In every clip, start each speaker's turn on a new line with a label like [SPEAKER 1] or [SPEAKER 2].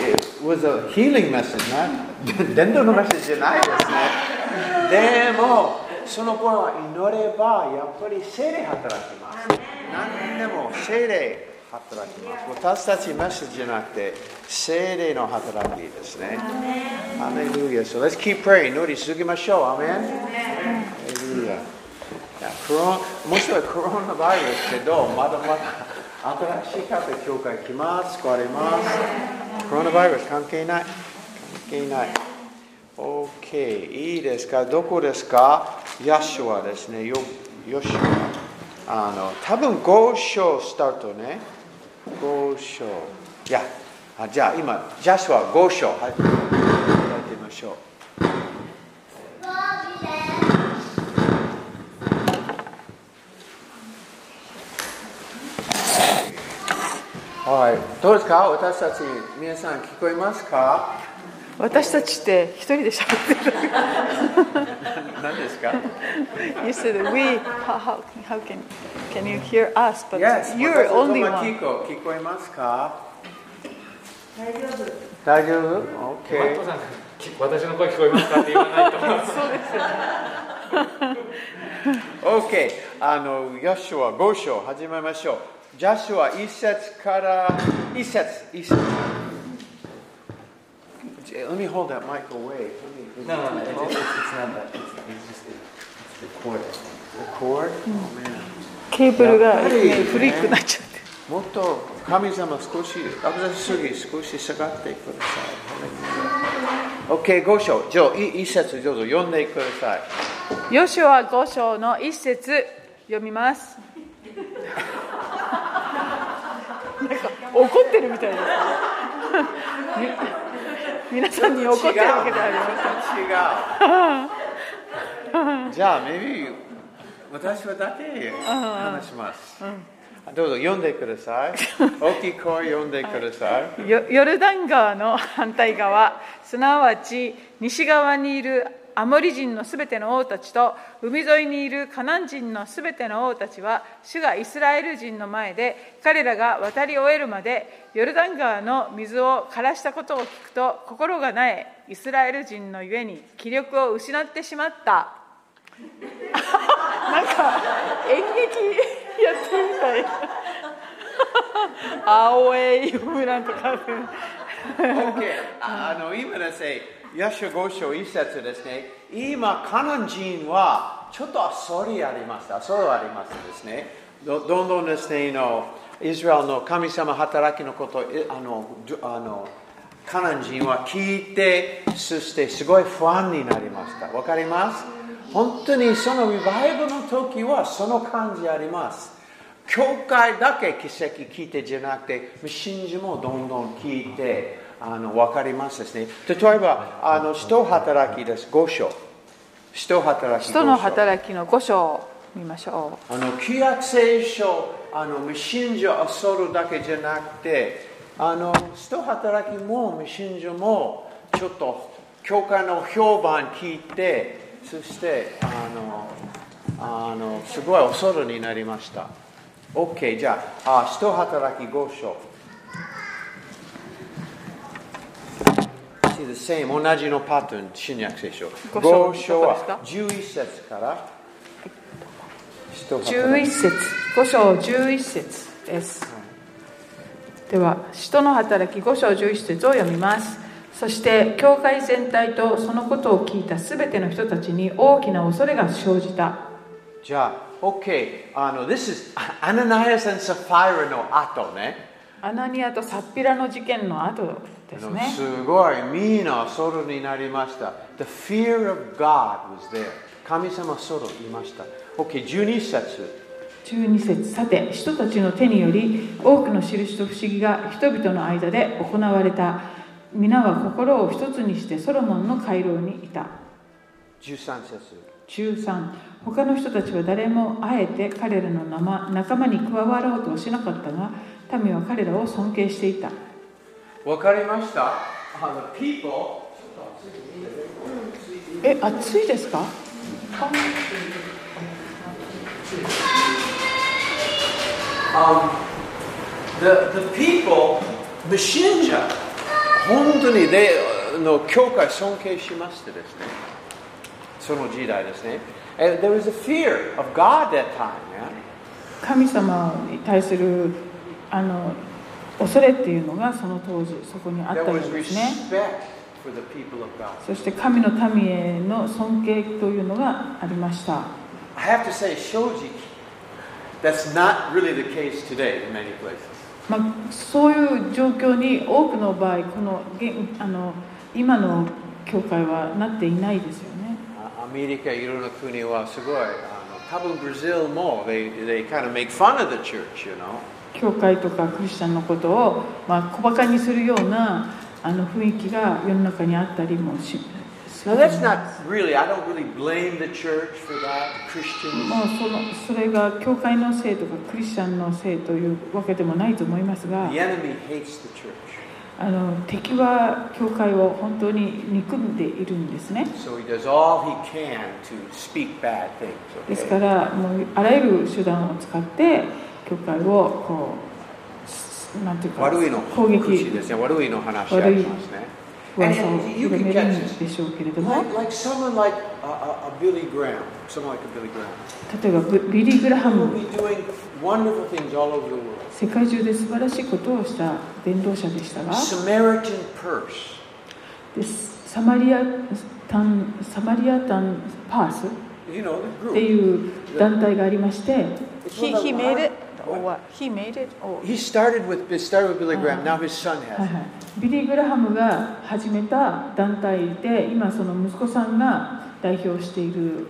[SPEAKER 1] it was a healing message, な伝道のメッセージじゃないですね。でも、その頃は祈れば、やっぱり精霊働きます。何でも精霊働きます。私たちメッセージじゃなくて、精霊の働きですね。アメルヤ。So let's keep praying. 祈り続けましょう。アメン。アメルヤ。いやコロンもしはコロナバイルスけど、まだまだ新しい方、教会来ます、来れます。コロナバイルス関係ない。関係ない。OK、いいですかどこですかヤシュアですね。よヨシュア。あの、多分5章スタートね。5章。いや、あじゃあ今、ジャシュア5章。はい。やってみましょう。はい。どうですか私たち、皆さん聞こえますか
[SPEAKER 2] 私たちって一人で喋ってる。
[SPEAKER 1] 何ですか
[SPEAKER 2] you said that we. How, how, how can can you hear us? But
[SPEAKER 1] Yes,
[SPEAKER 2] you're only
[SPEAKER 1] 私の友
[SPEAKER 2] one.
[SPEAKER 1] 達聞こ聞こえますか大丈夫
[SPEAKER 3] マッ
[SPEAKER 1] ?OK
[SPEAKER 3] ト。さん、き私の声聞こえますかって言わないと。
[SPEAKER 1] OK。あの、ヤシュア5章始めましょう。ジャシュア1節から1節1節 Let me hold that mic away. Let me-
[SPEAKER 4] No, no, no. It's, it's, it's not that. It's, it's just it's the cord.
[SPEAKER 1] Record? Oh, man.
[SPEAKER 2] ケーブルが、
[SPEAKER 1] やっぱりね
[SPEAKER 2] ね、古くなっちゃって。
[SPEAKER 1] もっと神様少し、私すぎ少し下がってください。OK、5章。じゃあ、い一節どうぞ読んでください。
[SPEAKER 2] ヨシュア5章の一節読みます。なんか怒ってるみたいです。み 皆さんに怒ってるわけではあり
[SPEAKER 1] 違
[SPEAKER 2] ません。
[SPEAKER 1] う。じゃあ、maybe 私はだけ話します。どうぞ読んでください。大きい声読んでください。
[SPEAKER 2] ヨヨルダン川の反対側すなわち西側にいるアモリ人のすべての王たちと海沿いにいるカナン人のすべての王たちは主がイスラエル人の前で彼らが渡り終えるまでヨルダン川の水を枯らしたことを聞くと心がなえイスラエル人のゆえに気力を失ってしまった なんか演劇やってるみたい。青いブランとか
[SPEAKER 1] OK ああの今ですね、ヤシュ五章一節ですね、今、カナン人はちょっと恐れあります、恐れありますですね。どどんどんですね、あのイスラエルの神様働きのことをえあのじゅあのカナン人は聞いて、そしてすごい不安になりました。わかります本当にそのリバイブの時はその感じあります。教会だけ奇跡聞いてじゃなくて、信じもどんどん聞いて、あの分かりますですね。例えば、あの人働きです、5章。人働き5章。
[SPEAKER 2] 人の働きの5章を見ましょ
[SPEAKER 1] あの旧約聖書、あの無信者を恐るだけじゃなくて、あの人働きも無信者も、ちょっと教会の評判聞いて、そしてあのあのすごい恐るになりました。OK、じゃあ、あ人働き5章。See the same 同じのパターン、新約聖書。
[SPEAKER 2] 五章
[SPEAKER 1] 5章
[SPEAKER 2] どこ
[SPEAKER 1] は11節から。人
[SPEAKER 2] う
[SPEAKER 1] 働き
[SPEAKER 2] 11節5章11節ですでは人の働き5章11節を読みますそして教会全体とそのことを聞いた全ての人たちに大きな恐れが生じた
[SPEAKER 1] じゃあ、OK。あの、This is あアナナイアス and サファイラの後ね。
[SPEAKER 2] アナニアとサッピラの事件の後
[SPEAKER 1] あ
[SPEAKER 2] です
[SPEAKER 1] の
[SPEAKER 2] ね
[SPEAKER 1] すごい、みんなソロになりました。The fear of God was there. 神様ソロいました。OK、12節。
[SPEAKER 2] 12節さて人たちの手により多くの印と不思議が人々の間で行われた皆は心を一つにしてソロモンの回廊にいた
[SPEAKER 1] 13節。
[SPEAKER 2] 13他の人たちは誰もあえて彼らの仲仲間に加わろうとはしなかったが民は彼らを尊敬していた
[SPEAKER 1] わかりましたあの、people
[SPEAKER 2] え暑いですかあ
[SPEAKER 1] Um, the, the people, 無信者本当にでの教会尊敬しましてですねその時代ですね And there was a fear of God that time、yeah?
[SPEAKER 2] 神様に対するあの恐れっていうのがその当時そこにあっ
[SPEAKER 1] There
[SPEAKER 2] たよ
[SPEAKER 1] was
[SPEAKER 2] うですね
[SPEAKER 1] respect for the people of God
[SPEAKER 2] そして神の民への尊敬というのがありました
[SPEAKER 1] I have to say 正直 that's not really the case today in many places
[SPEAKER 2] まあ、そういう状況に多くの場合この現あの今の教会はなっていないですよね
[SPEAKER 1] あアメリカいろんな国はすごいあの多分ブラジルも they, they kind of make fun of the church you know
[SPEAKER 2] 教会とかクリスチャンのことを、まあ、小バカにするようなあの雰囲気が世の中にあったりもしす
[SPEAKER 1] Now
[SPEAKER 2] る
[SPEAKER 1] that's
[SPEAKER 2] と思います
[SPEAKER 1] not really, I don't really blame the church for that, Christians.
[SPEAKER 2] もうそのそれが教会のせいとかクリスチャンのせいというわけでもないと思いますが
[SPEAKER 1] The enemy hates the church.
[SPEAKER 2] あの敵は教会を本当に憎んでいるんですね
[SPEAKER 1] So he does all he can to speak bad things.
[SPEAKER 2] ですか
[SPEAKER 1] Okay?
[SPEAKER 2] らもうあらゆる手段を使って教会をこうすなんていうか
[SPEAKER 1] 悪いの
[SPEAKER 2] 攻撃
[SPEAKER 1] 口ですね。悪いの話ありますね。
[SPEAKER 2] 噂を
[SPEAKER 1] And you
[SPEAKER 2] 広
[SPEAKER 1] can
[SPEAKER 2] める
[SPEAKER 1] catch
[SPEAKER 2] ん
[SPEAKER 1] this.
[SPEAKER 2] でしょうけれども
[SPEAKER 1] Like, like someone like a, a, a Billy Graham, someone like a Billy Graham,
[SPEAKER 2] 例えばブビリー・グラハ
[SPEAKER 1] who
[SPEAKER 2] ム
[SPEAKER 1] will be doing wonderful things all over the world.
[SPEAKER 2] 世界中で素晴らしいことをした伝道者でしたが
[SPEAKER 1] Samaritan purse.
[SPEAKER 2] でサマリアタンサマリアタンパース
[SPEAKER 1] You know, the
[SPEAKER 2] っ
[SPEAKER 1] group.
[SPEAKER 2] ていう団体がありまして
[SPEAKER 1] He- he made it or
[SPEAKER 2] what? He made it or Uh-huh.
[SPEAKER 1] He started with, it started with Billy Graham, now his son
[SPEAKER 2] はい
[SPEAKER 1] has.
[SPEAKER 2] はい、ビリー・グラハムが始めた団体で今その息子さんが代表している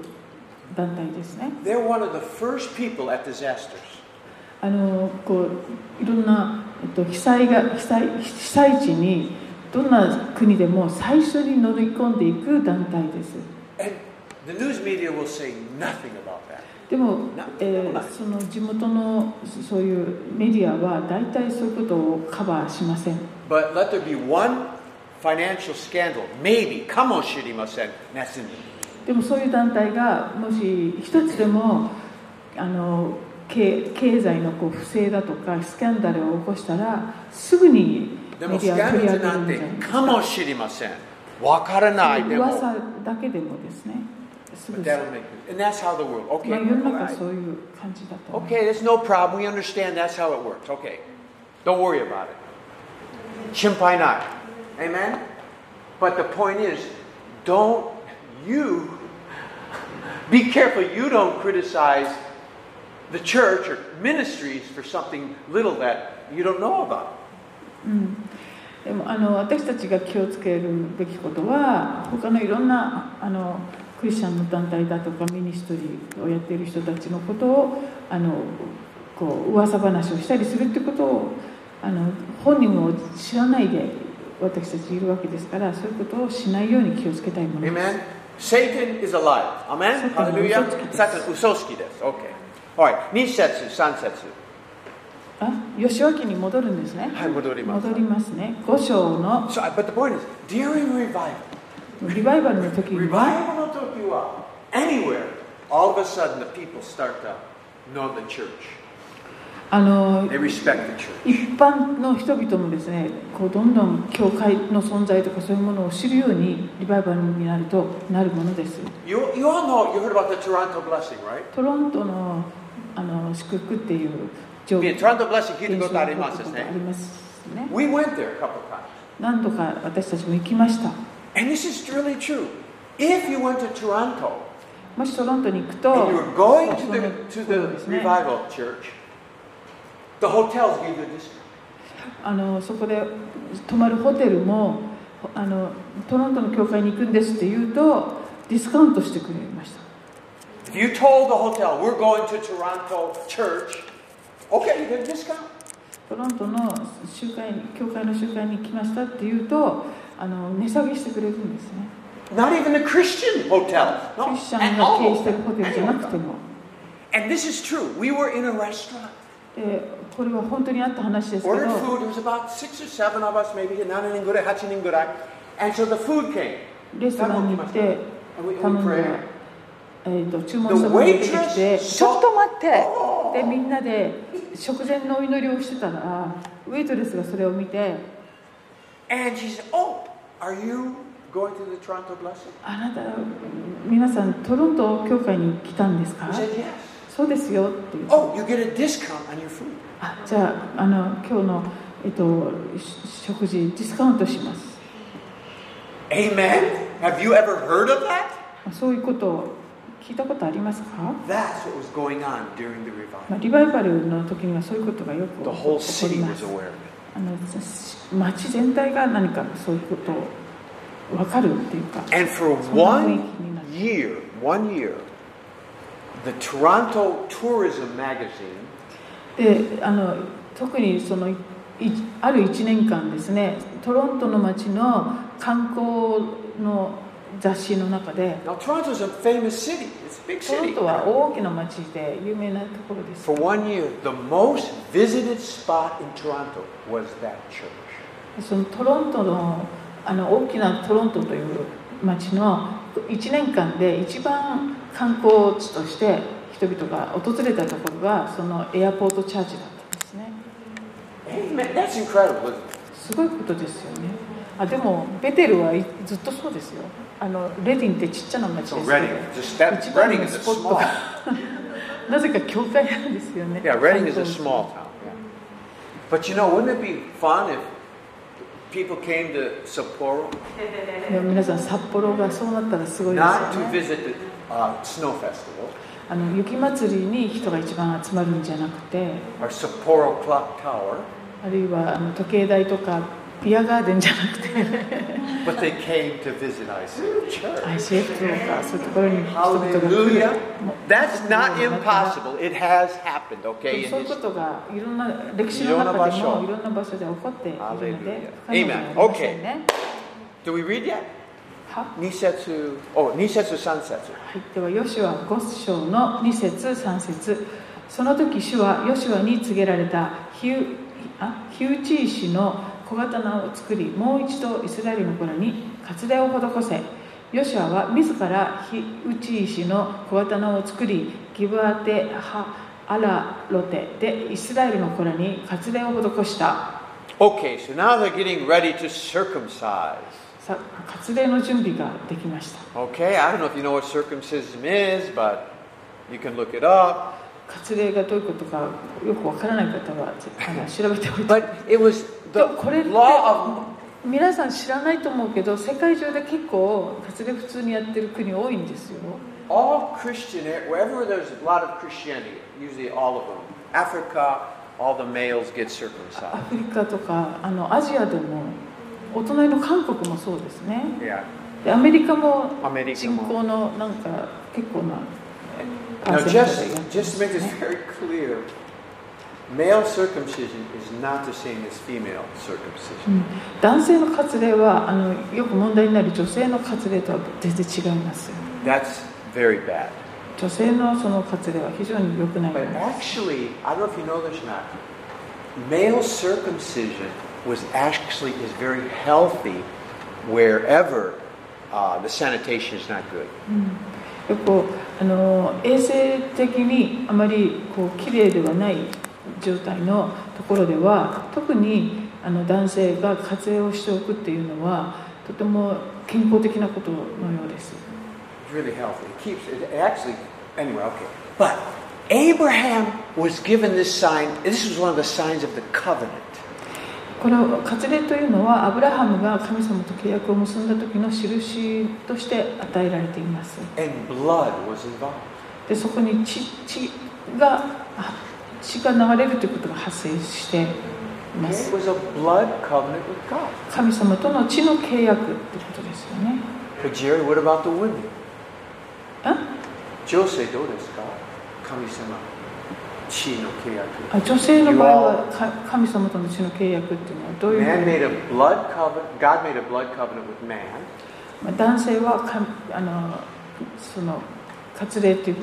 [SPEAKER 2] 団体ですね
[SPEAKER 1] They're one of the first people at disasters.
[SPEAKER 2] あのこういろんな、えっと、被災が被災被災地にどんな国でも最初に乗り込んでいく団体です
[SPEAKER 1] And the news media will say nothing about that.
[SPEAKER 2] でも
[SPEAKER 1] なん、
[SPEAKER 2] え
[SPEAKER 1] でもない
[SPEAKER 2] ーその地元のそそういうメディアは大体そういうことをカバーしません
[SPEAKER 1] But let there be one financial scandal, maybe, kamoshimasen, that's in the news.
[SPEAKER 2] でもそういう団体がもし一つでもあの経経済のこう不正だとかスキャンダルを起こしたらすぐにメ
[SPEAKER 1] Demo
[SPEAKER 2] ディアを取り
[SPEAKER 1] scandal
[SPEAKER 2] 上げるんじゃ
[SPEAKER 1] なんて kamoshimasen. Wakaranai
[SPEAKER 2] ない噂だけでもですねすぐ
[SPEAKER 1] But
[SPEAKER 2] さ
[SPEAKER 1] that'll make it. And that's how the world.
[SPEAKER 2] まあ
[SPEAKER 1] Okay.
[SPEAKER 2] 世の
[SPEAKER 1] all
[SPEAKER 2] 中
[SPEAKER 1] right.
[SPEAKER 2] そういう感じだと思います
[SPEAKER 1] Okay, that's no problem. We understand that's how it works. Okay. Don't worry about it. Chimpai not. Amen? But the point is, don't you be careful you don't criticize the church or ministries for something little that you don't know about.
[SPEAKER 2] でもあの私たちが気をつけるべきことは他のいろんなあのクリスチャンの団体だとかミニストリーをやっている人たちのことをあのこう噂話をしたりするってことをあの本人を知らないで私たちいるわけですからそういうことをしないように気をつけたいものです。
[SPEAKER 1] Amen? Satan is alive. Amen?
[SPEAKER 2] Satan
[SPEAKER 1] Hallelujah?
[SPEAKER 2] usotsukidis.
[SPEAKER 1] Satan usoski desu. Okay. All right. Nishetsu, sansetsu.
[SPEAKER 2] あ吉脇に戻るんですね。
[SPEAKER 1] はい戻ります
[SPEAKER 2] 戻りますね。五章の
[SPEAKER 1] So, but the point is, during revival,
[SPEAKER 2] リバイバルの時に
[SPEAKER 1] Revival no toki wa anywhere, all of a sudden the people start to know the church.
[SPEAKER 2] あの
[SPEAKER 1] They respect the church.
[SPEAKER 2] 一般の人々もですねこうどんどん教会の存在とかそういうものを知るようにリバイバルになるとなるものです
[SPEAKER 1] You, you all know, you heard about the Toronto blessing, right?
[SPEAKER 2] トロントのあの祝福っていう状
[SPEAKER 1] The Toronto blessing,
[SPEAKER 2] 現象が起こったことがあり
[SPEAKER 1] 聞いたことありますね。
[SPEAKER 2] ますね
[SPEAKER 1] We went there a couple of times.
[SPEAKER 2] 何度か私たちも行きました
[SPEAKER 1] And this is really true. If you went to Toronto
[SPEAKER 2] もしトロントに行く
[SPEAKER 1] and
[SPEAKER 2] と
[SPEAKER 1] you were going to
[SPEAKER 2] そうそう
[SPEAKER 1] the, to
[SPEAKER 2] そうで
[SPEAKER 1] the
[SPEAKER 2] すね
[SPEAKER 1] revival church, the hotels give you a discount.
[SPEAKER 2] あのそこで泊まるホテルもあのトロントの教会に行くんですって言うとディスカウントしてくれました
[SPEAKER 1] If you told the hotel, we're going to Toronto church, okay, you get a discount.
[SPEAKER 2] トロントの集会に教会の集会に来ましたって言うとあの値下げしてくれるんですね
[SPEAKER 1] Not even the Christian hotel.
[SPEAKER 2] ク
[SPEAKER 1] No,
[SPEAKER 2] リスチャン
[SPEAKER 1] at
[SPEAKER 2] が経営
[SPEAKER 1] all.
[SPEAKER 2] してるホテルじゃなくても
[SPEAKER 1] And this is true. We were in a restaurant,
[SPEAKER 2] でこれは本当にあった話ですけど
[SPEAKER 1] ordered food. There was about six or seven of us, maybe nine in good, hachi in good. And so the food came.
[SPEAKER 2] レストランに行って頼んだら、えー、と注文したものが出てき
[SPEAKER 1] The
[SPEAKER 2] て
[SPEAKER 1] waitress
[SPEAKER 2] ちょっと待ってでみんなで食前のお祈りをしてたらウェイトレスがそれを見て
[SPEAKER 1] And she said, Oh, are you going to the Toronto Blessing?
[SPEAKER 2] あなた皆さんトロント教会に来たんですか
[SPEAKER 1] I said, Yes.
[SPEAKER 2] そうですよって言って
[SPEAKER 1] Oh, you get a discount on your food.
[SPEAKER 2] あじゃああの今日の、えっと、し食事ディスカウントします
[SPEAKER 1] Amen. Have you ever heard of that?
[SPEAKER 2] そういうことを聞いたことありますか、
[SPEAKER 1] That's what was going on during the
[SPEAKER 2] ま
[SPEAKER 1] revival.
[SPEAKER 2] あ、リバイバルの時にはそういうことがよく起
[SPEAKER 1] The
[SPEAKER 2] こ
[SPEAKER 1] whole
[SPEAKER 2] 起こり
[SPEAKER 1] city
[SPEAKER 2] ま
[SPEAKER 1] was
[SPEAKER 2] す
[SPEAKER 1] aware of it.
[SPEAKER 2] あのし町全体が何かそういうことを分かるっていうか
[SPEAKER 1] And for
[SPEAKER 2] そんな雰
[SPEAKER 1] one
[SPEAKER 2] 囲気になる
[SPEAKER 1] year, one year, the Toronto Tourism Magazine
[SPEAKER 2] であの特にそのいある1年間ですねトロントの街の観光の雑誌の中で
[SPEAKER 1] Now, Toronto's a famous city. It's a big
[SPEAKER 2] トロ
[SPEAKER 1] city.
[SPEAKER 2] ントは大きな街で有名なところです
[SPEAKER 1] For one year, the most visited spot in Toronto was that church.
[SPEAKER 2] そのトロントのあの大きなトロントという街の1年間で一番観光地として人々が訪れたところがそのエアポートチャージだったんですね
[SPEAKER 1] Amen. That's incredible. isn't it?
[SPEAKER 2] すごいことですよねあでもベテルはいずっとそうですよあのレディンってちっちゃな町
[SPEAKER 1] So
[SPEAKER 2] ですけ
[SPEAKER 1] Reading, just
[SPEAKER 2] ど
[SPEAKER 1] that
[SPEAKER 2] 一
[SPEAKER 1] Reading
[SPEAKER 2] 番の
[SPEAKER 1] is a
[SPEAKER 2] スポット
[SPEAKER 1] small.
[SPEAKER 2] が なぜか教会なんですよね
[SPEAKER 1] Yeah, Reading is a
[SPEAKER 2] 観光地
[SPEAKER 1] small town. Yeah. But you know, wouldn't it be fun if people came to Sapporo
[SPEAKER 2] いや皆さん札幌がそうなったらすごいですよ
[SPEAKER 1] not to
[SPEAKER 2] ね
[SPEAKER 1] visit the uh, snow festival
[SPEAKER 2] あの雪まつりに人が一番集まるんじゃなくて
[SPEAKER 1] or Sapporo Clock Tower,
[SPEAKER 2] あるいはあの時計台とかビアガーデンじゃなくて
[SPEAKER 1] but they came to visit ICF Church?
[SPEAKER 2] ICF とかそういうところに人々が来る
[SPEAKER 1] Hallelujah.
[SPEAKER 2] もう
[SPEAKER 1] That's not
[SPEAKER 2] もうなかなか
[SPEAKER 1] impossible. It has happened, okay?
[SPEAKER 2] そう
[SPEAKER 1] In
[SPEAKER 2] いう
[SPEAKER 1] history.
[SPEAKER 2] ことがいろんな歴史の中でもいろんな場所で起こっているので
[SPEAKER 1] Hallelujah.
[SPEAKER 2] 不可能ではありませんね
[SPEAKER 1] Do we read yet?
[SPEAKER 2] は
[SPEAKER 1] Nisetsu. Oh, Nisetsu Sansetsu.
[SPEAKER 2] はい、ではヨシュア5章の2節3節その時主はヨシュアに告げられたヒュあヒューチー氏の小刀を作りもう一度イスラエルの子らに割礼を施せヨシュアは自らヒウチー氏の小刀を作りギブアテハアラロテでイスラエルの子らに割礼を施した
[SPEAKER 1] Okay, so now they're getting ready to circumcise.
[SPEAKER 2] さ割礼の準備ができました
[SPEAKER 1] Okay, I don't know if you know what circumcision is, but you can look it up.
[SPEAKER 2] 割礼がどういうことかよくわからない方はあの調べておいて
[SPEAKER 1] But it was
[SPEAKER 2] で
[SPEAKER 1] the
[SPEAKER 2] もこれって
[SPEAKER 1] law of
[SPEAKER 2] 皆さん知らないと思うけど世界中で結構活力普通にやってる国多いんですよ
[SPEAKER 1] all Christian, wherever there's a lot of Christianity, usually all of them, Africa, all the males get
[SPEAKER 2] ア
[SPEAKER 1] circumcised.
[SPEAKER 2] フリカとかあのアジアでもお隣の韓国もそうですね
[SPEAKER 1] Yeah.
[SPEAKER 2] でアメリカも
[SPEAKER 1] アメリカ
[SPEAKER 2] 人
[SPEAKER 1] も
[SPEAKER 2] 口のなんか結構な
[SPEAKER 1] Now,
[SPEAKER 2] パーセントがやっ
[SPEAKER 1] just,
[SPEAKER 2] てます
[SPEAKER 1] just to make this
[SPEAKER 2] ね
[SPEAKER 1] very clear, male circumcision is not the same as female circumcision.
[SPEAKER 2] うん男性の割礼はあのよく問題になる女性の割礼とは全然違いますよ
[SPEAKER 1] That's very bad.
[SPEAKER 2] 女性のその割礼は非常に良くない
[SPEAKER 1] But actually, I don't know if you know this or not, male circumcision was actually is very healthy wherever uh, the sanitation is not good.
[SPEAKER 2] よくあの衛生的にあまりこう綺麗ではない状態のところでは特にあの男性が活用しておくっていうのはとても健康的なことのようです
[SPEAKER 1] It's really healthy. It keeps it actually anyway, okay. But Abraham was given this sign. This was one of the signs of the covenant.
[SPEAKER 2] この割礼というのはアブラハムが神様と契約を結んだ時の印として与えられています
[SPEAKER 1] And blood was involved.
[SPEAKER 2] でそこに血血があ血が流れるということが発生していま
[SPEAKER 1] Okay,
[SPEAKER 2] す
[SPEAKER 1] It was a blood covenant with God.
[SPEAKER 2] 神様との血の契約ってことですよね
[SPEAKER 1] But Jerry, what about the women?
[SPEAKER 2] あ
[SPEAKER 1] Jose, どうですか神様、地の契約。
[SPEAKER 2] あ女性の場合はか神様との血の契約っていうのはどういうふう
[SPEAKER 1] Man
[SPEAKER 2] に
[SPEAKER 1] made a blood covenant, God made a blood covenant with man,
[SPEAKER 2] まあ男性はかあのその割礼という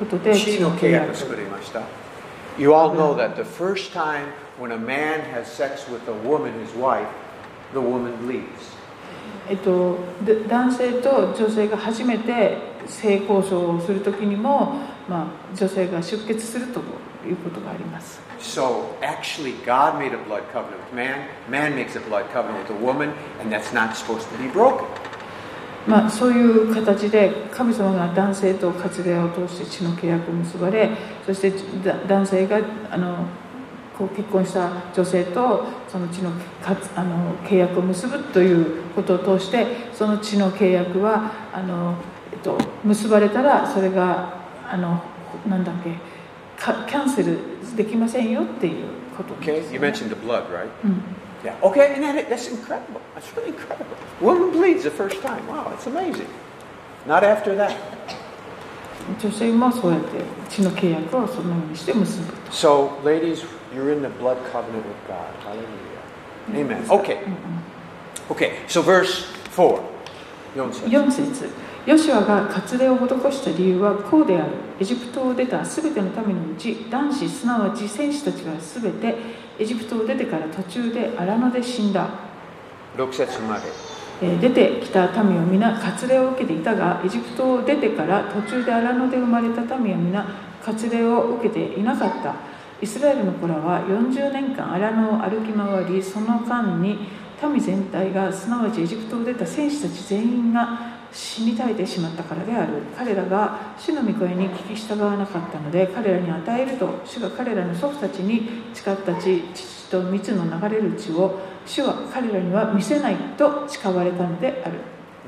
[SPEAKER 2] ことで血の
[SPEAKER 1] 地の契
[SPEAKER 2] 契約
[SPEAKER 1] 約を作りました。You all know that the first time when a man has sex with a woman, his wife, the woman leaves.
[SPEAKER 2] えっと、で男性と女性が初めて性交渉をするときにも、まあ、女性が出血するということがあります。
[SPEAKER 1] So actually, God made a blood covenant with man. Man makes a blood covenant with a woman, and that's not supposed to be broken.
[SPEAKER 2] まあ、そういう形で神様が男性と活例を通して血の契約を結ばれそしてだ男性があのこう結婚した女性とその血のかつあの契約を結ぶということを通してその血の契約はあの、えっと、結ばれたらそれがあのなんだっけかキャンセルできませんよっていうことなん
[SPEAKER 1] Okay,
[SPEAKER 2] です
[SPEAKER 1] you
[SPEAKER 2] よね
[SPEAKER 1] mentioned the blood, right?
[SPEAKER 2] うん
[SPEAKER 1] Yeah. Okay, and that, that's incredible. That's really incredible. Woman bleeds the first time. Wow, it's amazing. Not after that.
[SPEAKER 2] 女性もそうやって血の契約をそのようにして結ぶ。
[SPEAKER 1] So, ladies, you're in the blood covenant with God. Hallelujah. Amen. Okay. Okay. So, verse four. Yon says,
[SPEAKER 2] 4節ヨシュアが割礼を施した理由はこうであるエジプトを出たすべての民のうち男子すなわち戦士たちはすべてエジプトを出てから途中で荒野で死んだ、
[SPEAKER 1] 6節まで。
[SPEAKER 2] えー出てきた民は皆割礼を受けていたがエジプトを出てから途中で荒野で生まれた民は皆割礼を受けていなかったイスラエルの子らは40年間荒野を歩き回りその間に民全体がすなわちエジプトを出た戦士たち全員が死に絶えてしまったからである彼らが主の御声に聞き従わなかったので彼らに与えると主が彼らの祖父たちに誓った地父と蜜の流れる地を主は彼らには見せないと誓われたのである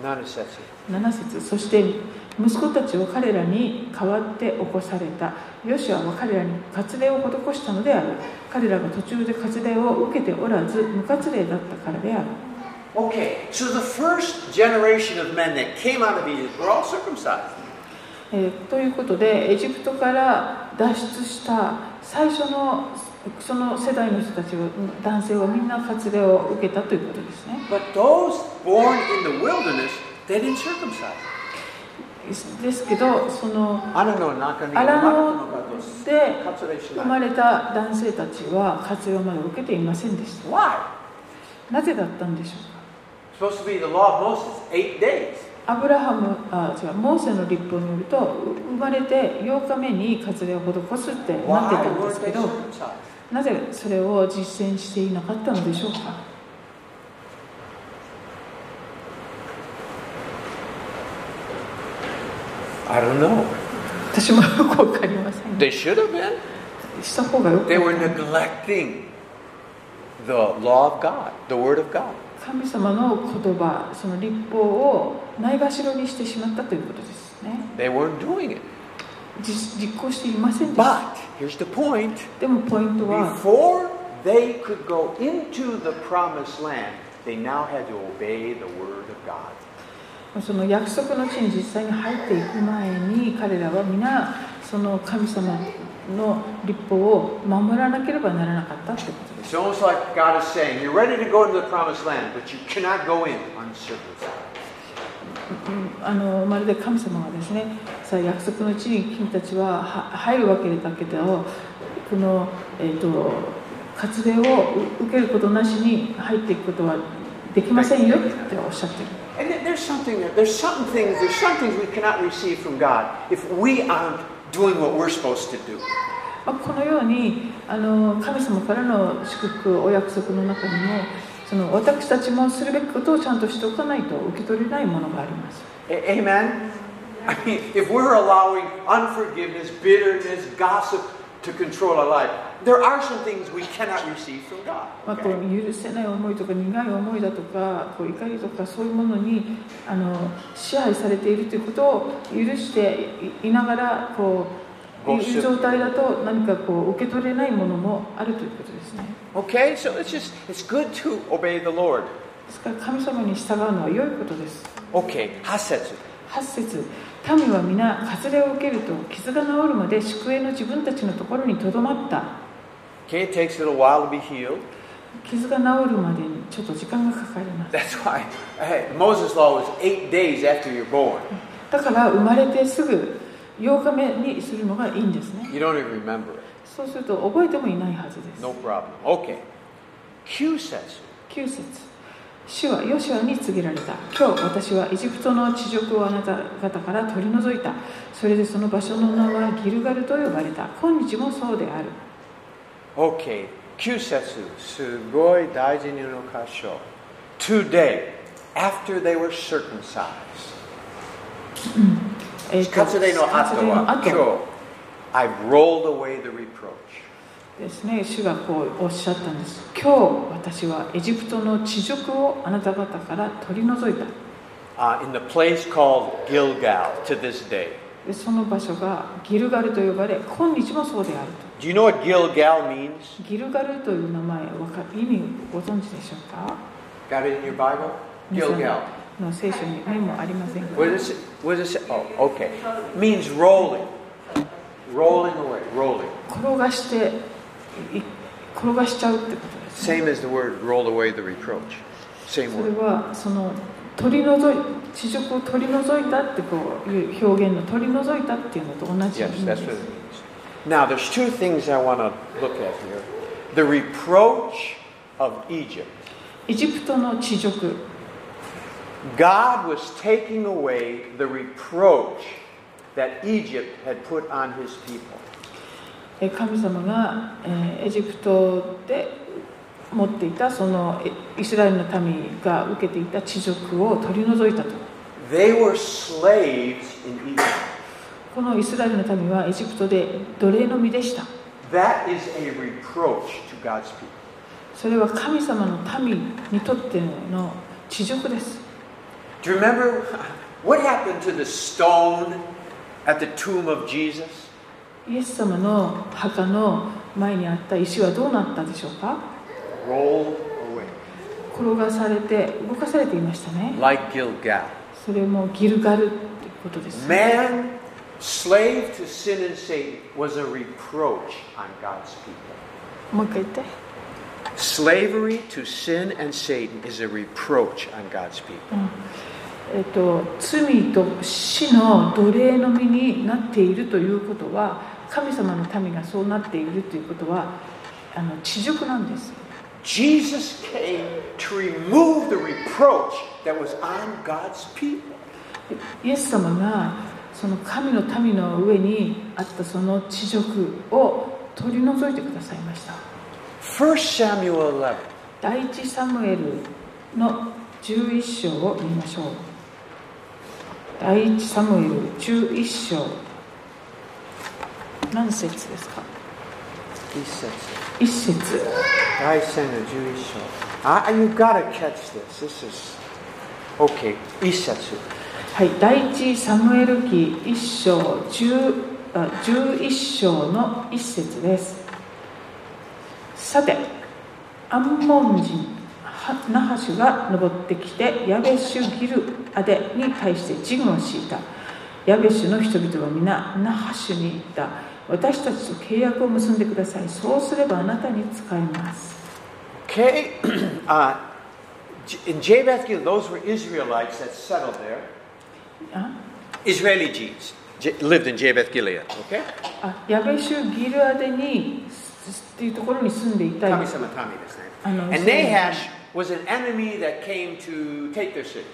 [SPEAKER 1] 7節。
[SPEAKER 2] 7節そして息子たちを彼らに代わって起こされたヨシュアは彼らに割礼を施したのである彼らが途中で割礼を受けておらず無割礼だったからである
[SPEAKER 1] Okay, so the first generation of men that came out of Egypt were all circumcised.
[SPEAKER 2] えーということでエジプトから脱出した最初のその世代の人たちを男性はみんな割礼を受けたということですね
[SPEAKER 1] But those born in the wilderness, they didn't circumcise.
[SPEAKER 2] ですけどその
[SPEAKER 1] I
[SPEAKER 2] で生まれた男性たちは活用まで受けていませんでした
[SPEAKER 1] Why?
[SPEAKER 2] なぜだったんでしょう
[SPEAKER 1] Supposed to be the law of Moses, eight days.
[SPEAKER 2] かアブラハムあ違うモーセの立法によるとう生まれて8日目に割礼を施すってなってた
[SPEAKER 1] Why
[SPEAKER 2] んです
[SPEAKER 1] weren't
[SPEAKER 2] け
[SPEAKER 1] they
[SPEAKER 2] ど
[SPEAKER 1] circumcised?
[SPEAKER 2] なぜそれを実践していなかったのでしょうか
[SPEAKER 1] I don't know.
[SPEAKER 2] 私もよくわかりません
[SPEAKER 1] They should have been.
[SPEAKER 2] した方がよく
[SPEAKER 1] They were
[SPEAKER 2] わかる
[SPEAKER 1] neglecting the law of God, the word of God.
[SPEAKER 2] 神様の言葉その立法をないがしろにしてしまったということですね
[SPEAKER 1] They weren't doing it.
[SPEAKER 2] 実実行していませんでした
[SPEAKER 1] But here's the point.
[SPEAKER 2] でもポイントは
[SPEAKER 1] Before they could go into the promised land, they now had to obey the word of God.
[SPEAKER 2] その約束の地に実際に入っていく前に彼らは皆その神様の立法を守らなければならなかったってことです
[SPEAKER 1] It's almost like God is saying, You're ready to go into the promised land, but you cannot go in uncircumcised.
[SPEAKER 2] あのまるで神様がですねさあ約束の地に君たちはは入るわけだけどこの、えー、と割礼をう受けることなしに入っていくことはできませんよっておっしゃってる
[SPEAKER 1] And there- there's something there. There's some things, there's some things we cannot receive from God if we aren't doing what we're supposed to do.
[SPEAKER 2] まあ、このようにあの神様からの祝福お約束の中にもその私たちもするべきことをちゃんとしておかないと受け取れないものがあります
[SPEAKER 1] A- amen? I mean, if we're allowing unforgiveness, bitterness, gossip to control our life, there are some things we cannot receive from God.
[SPEAKER 2] まあ、こ
[SPEAKER 1] okay?
[SPEAKER 2] う許せない思いとか苦い思いだとかこう怒りとかそういうものにあの支配されているということを許していいながらこうい
[SPEAKER 1] ご
[SPEAKER 2] い
[SPEAKER 1] 祝
[SPEAKER 2] る
[SPEAKER 1] 福
[SPEAKER 2] 状態だと何かこう受け取れないものもあるということですね
[SPEAKER 1] Okay, so it's just, it's good to obey the Lord.
[SPEAKER 2] ですから神様に従うのは良いことです
[SPEAKER 1] Okay, hasetsu.
[SPEAKER 2] 8節民は皆割礼を受けると傷が治るまで宿営の自分たちのところにとどまった
[SPEAKER 1] Okay, it takes a little while to be healed.
[SPEAKER 2] 傷が治るまでにちょっと時間がかかります
[SPEAKER 1] That's why hey, Moses' law was eight days after you're born.
[SPEAKER 2] だから生まれてすぐ8日目にするのがいいんですね
[SPEAKER 1] You don't even remember it.
[SPEAKER 2] そうすると覚えてもいないはずです
[SPEAKER 1] No problem. Okay. Q says,
[SPEAKER 2] 9節主はヨシュアに告げられた今日私はエジプトの地獄をあなた方から取り除いたそれでその場所の名はギルガルと呼ばれた今日もそうである
[SPEAKER 1] OK、9節、すごい大事な箇所。Today, after they were circumcised.
[SPEAKER 2] えーと
[SPEAKER 1] 割礼の後
[SPEAKER 2] 割礼の
[SPEAKER 1] は
[SPEAKER 2] 後
[SPEAKER 1] 今日、I've rolled away the reproach.
[SPEAKER 2] ですね、主がこうおっしゃったんです。今日私はエジプトの地獄をあなた方から取り除いた。
[SPEAKER 1] uh, in the place called Gilgal to this day.
[SPEAKER 2] でその場所がギルガルと呼ばれ、今日もそうである
[SPEAKER 1] Do you know what Gilgal means?
[SPEAKER 2] と。ギルガルという名前、わか意味ご存知でしょうか
[SPEAKER 1] Got it in your Bible?
[SPEAKER 2] 皆さん
[SPEAKER 1] Gilgal.
[SPEAKER 2] の聖書にメモありませんか
[SPEAKER 1] What does it? What does it? Oh, okay. Means rolling, rolling away, rolling.
[SPEAKER 2] 転がして、い転がしちゃうってことです、ね。
[SPEAKER 1] Same as the word roll away the reproach. Same
[SPEAKER 2] それ
[SPEAKER 1] word.
[SPEAKER 2] はその取り除い地獄を取り除いたってこういう表現の取り除いたっていうのと同じ意
[SPEAKER 1] Yes,
[SPEAKER 2] 味で
[SPEAKER 1] that's
[SPEAKER 2] す
[SPEAKER 1] what it。means. Now, there's two things I want to look at here: the reproach of Egypt.
[SPEAKER 2] エジプトの地獄
[SPEAKER 1] God was taking away the reproach that Egypt had put on His people.
[SPEAKER 2] えー神様がえーエジプトで持っていたそのえイスラエルの民が受けていた地獄を取り除いたと
[SPEAKER 1] They were slaves in Egypt.
[SPEAKER 2] このイスラエルの民はエジプトで奴隷の身でした
[SPEAKER 1] That is a reproach to God's people.
[SPEAKER 2] それは神様の民にとっての地獄です
[SPEAKER 1] Do you remember what happened to the stone at the tomb of Jesus?
[SPEAKER 2] イエス様の墓の前にあった石はどうなったでしょうか
[SPEAKER 1] Rolled away,
[SPEAKER 2] 転がされて動かされていましたね
[SPEAKER 1] like Gilgal.
[SPEAKER 2] それもギルガルってことです
[SPEAKER 1] Man, slave to sin and Satan, was a reproach on God's people.
[SPEAKER 2] もう一回言って
[SPEAKER 1] Slavery to sin and Satan is a reproach on God's people.
[SPEAKER 2] えっと、罪と死の奴隷の身になっているということは神様の民がそうなっているということはあの地獄なんです
[SPEAKER 1] Jesus came to remove the reproach that was on God's people.
[SPEAKER 2] イエス様がその神の民の上にあったその地獄を取り除いてくださいました
[SPEAKER 1] 1 Samuel 11.
[SPEAKER 2] 第一サムエルの11章を見ましょう第一サムエル11章何節ですか
[SPEAKER 1] He says,
[SPEAKER 2] 1節
[SPEAKER 1] I send a Jewish show. Ah, you gotta catch this. This is okay. Isetsu.
[SPEAKER 2] はい、第一サムエル記一章10あ11章の一節ですさてアンモン人ハナハシュが登ってきてヤベシュギルアデに対して陣を敷いたヤベシュの人々は皆ナハシュに言った私たちと契約を結んでくださいそうすればあなたに使います
[SPEAKER 1] Okay. uh, J- in Japheth, Gilead, those were Israelites that settled there.
[SPEAKER 2] あ
[SPEAKER 1] Israeli Jews J- lived in Japheth Gilead. Okay.
[SPEAKER 2] あヤベシュギルアデにすっていうところに住んでいた
[SPEAKER 1] Kami-sama Tami, this name.
[SPEAKER 2] I know,
[SPEAKER 1] And
[SPEAKER 2] so-
[SPEAKER 1] Nahash was an enemy that came to take their city.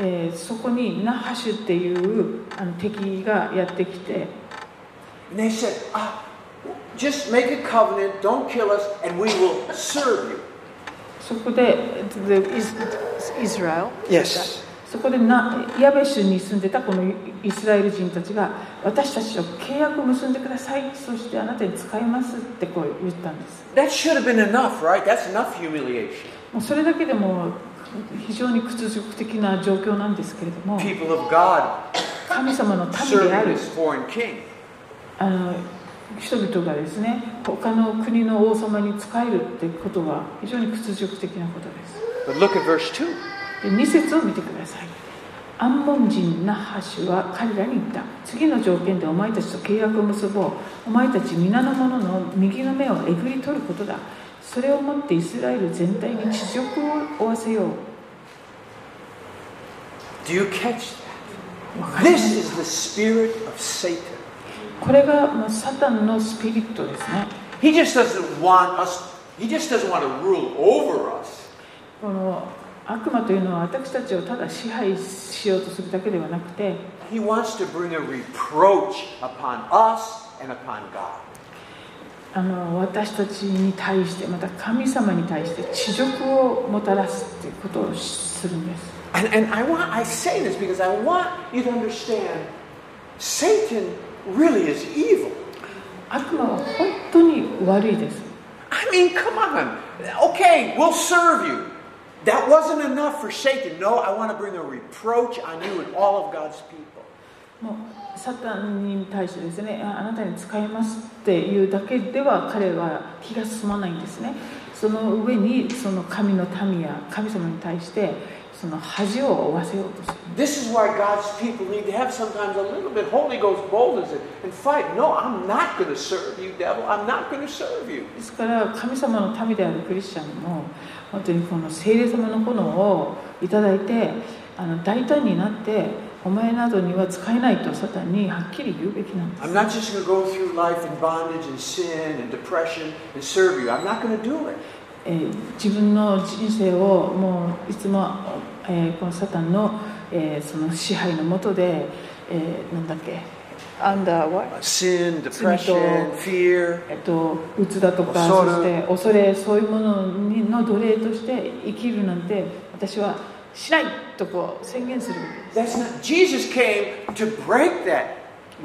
[SPEAKER 2] えーそこにナハシュっていうあの敵がやってきて
[SPEAKER 1] And they said, ah, just make a covenant, don't kill us, and we will serve you.
[SPEAKER 2] そこででイスイスラエル
[SPEAKER 1] Yes.
[SPEAKER 2] そこでなヤベシュに住んでたこのイイスラエル人たちが私たちと契約を結んでくださいそしてあなたに使いますってこう言ったんです
[SPEAKER 1] That should have been enough, right? That's enough humiliation.
[SPEAKER 2] もうそれだけでも非常に屈辱的な状況なんですけれども
[SPEAKER 1] People of God
[SPEAKER 2] 神様の民であ
[SPEAKER 1] serving
[SPEAKER 2] る
[SPEAKER 1] this foreign king.
[SPEAKER 2] あの人々がですね他の国の王様に仕えるってことは非常に屈辱的なことです
[SPEAKER 1] But look at verse 2.
[SPEAKER 2] で2節を見てくださいアンモン人ナハシュは彼らに言った次の条件でお前たちと契約を結ぼうお前たち皆の者の右の目をえぐり取ることだそれをもってイスラエル全体に地獄を負わせよう
[SPEAKER 1] Do you catch that?
[SPEAKER 2] わかりま
[SPEAKER 1] This
[SPEAKER 2] す
[SPEAKER 1] is the spirit of Satan.
[SPEAKER 2] これがまあサタンのスピリットですね
[SPEAKER 1] He just doesn't want us, he just doesn't want to rule over us.
[SPEAKER 2] この悪魔というのは私たちをただ支配しようとするだけではなくて
[SPEAKER 1] He wants to bring a reproach upon us and upon God.
[SPEAKER 2] あの私たちに対してまた神様に対して恥辱をもたらすということをするんです
[SPEAKER 1] And, and I want I say this because I want you to understand Satan really is evil.
[SPEAKER 2] 悪魔は本当に悪いです
[SPEAKER 1] I mean, come on. Okay, we'll serve you. That wasn't enough for Satan. No, I want to bring a reproach on you and all of God's people.
[SPEAKER 2] もうサタンに対してですねああなたに使いますっていうだけでは彼は気が進まないんですねその上にその神の民や神様に対してその恥を負わせようとする
[SPEAKER 1] This is why God's people need to have sometimes a little bit Holy Ghost boldness and, and fight. No, I'm not going to serve you, devil. I'm not going to serve you.
[SPEAKER 2] ですから神様の民であるクリスチャンも本当にこの聖霊様の炎をいただいてあの大胆になってお前などには使えないとサタンにはっきり言うべきなんです
[SPEAKER 1] I'm not just going to go through life in bondage and sin and depression and serve you. I'm not going to do it.
[SPEAKER 2] えー自分の人生をもういつも、えーこのサタンの,、えーその支配のもとで、えーなんだっけアンダーは
[SPEAKER 1] Uh, Sin,
[SPEAKER 2] Sumito.
[SPEAKER 1] depression, fear.
[SPEAKER 2] えっと、鬱だとか
[SPEAKER 1] 恐る
[SPEAKER 2] そして恐れそういうものにの奴隷として生きるなんて私はしないとこう宣言するべきです
[SPEAKER 1] That's not. Jesus came to break that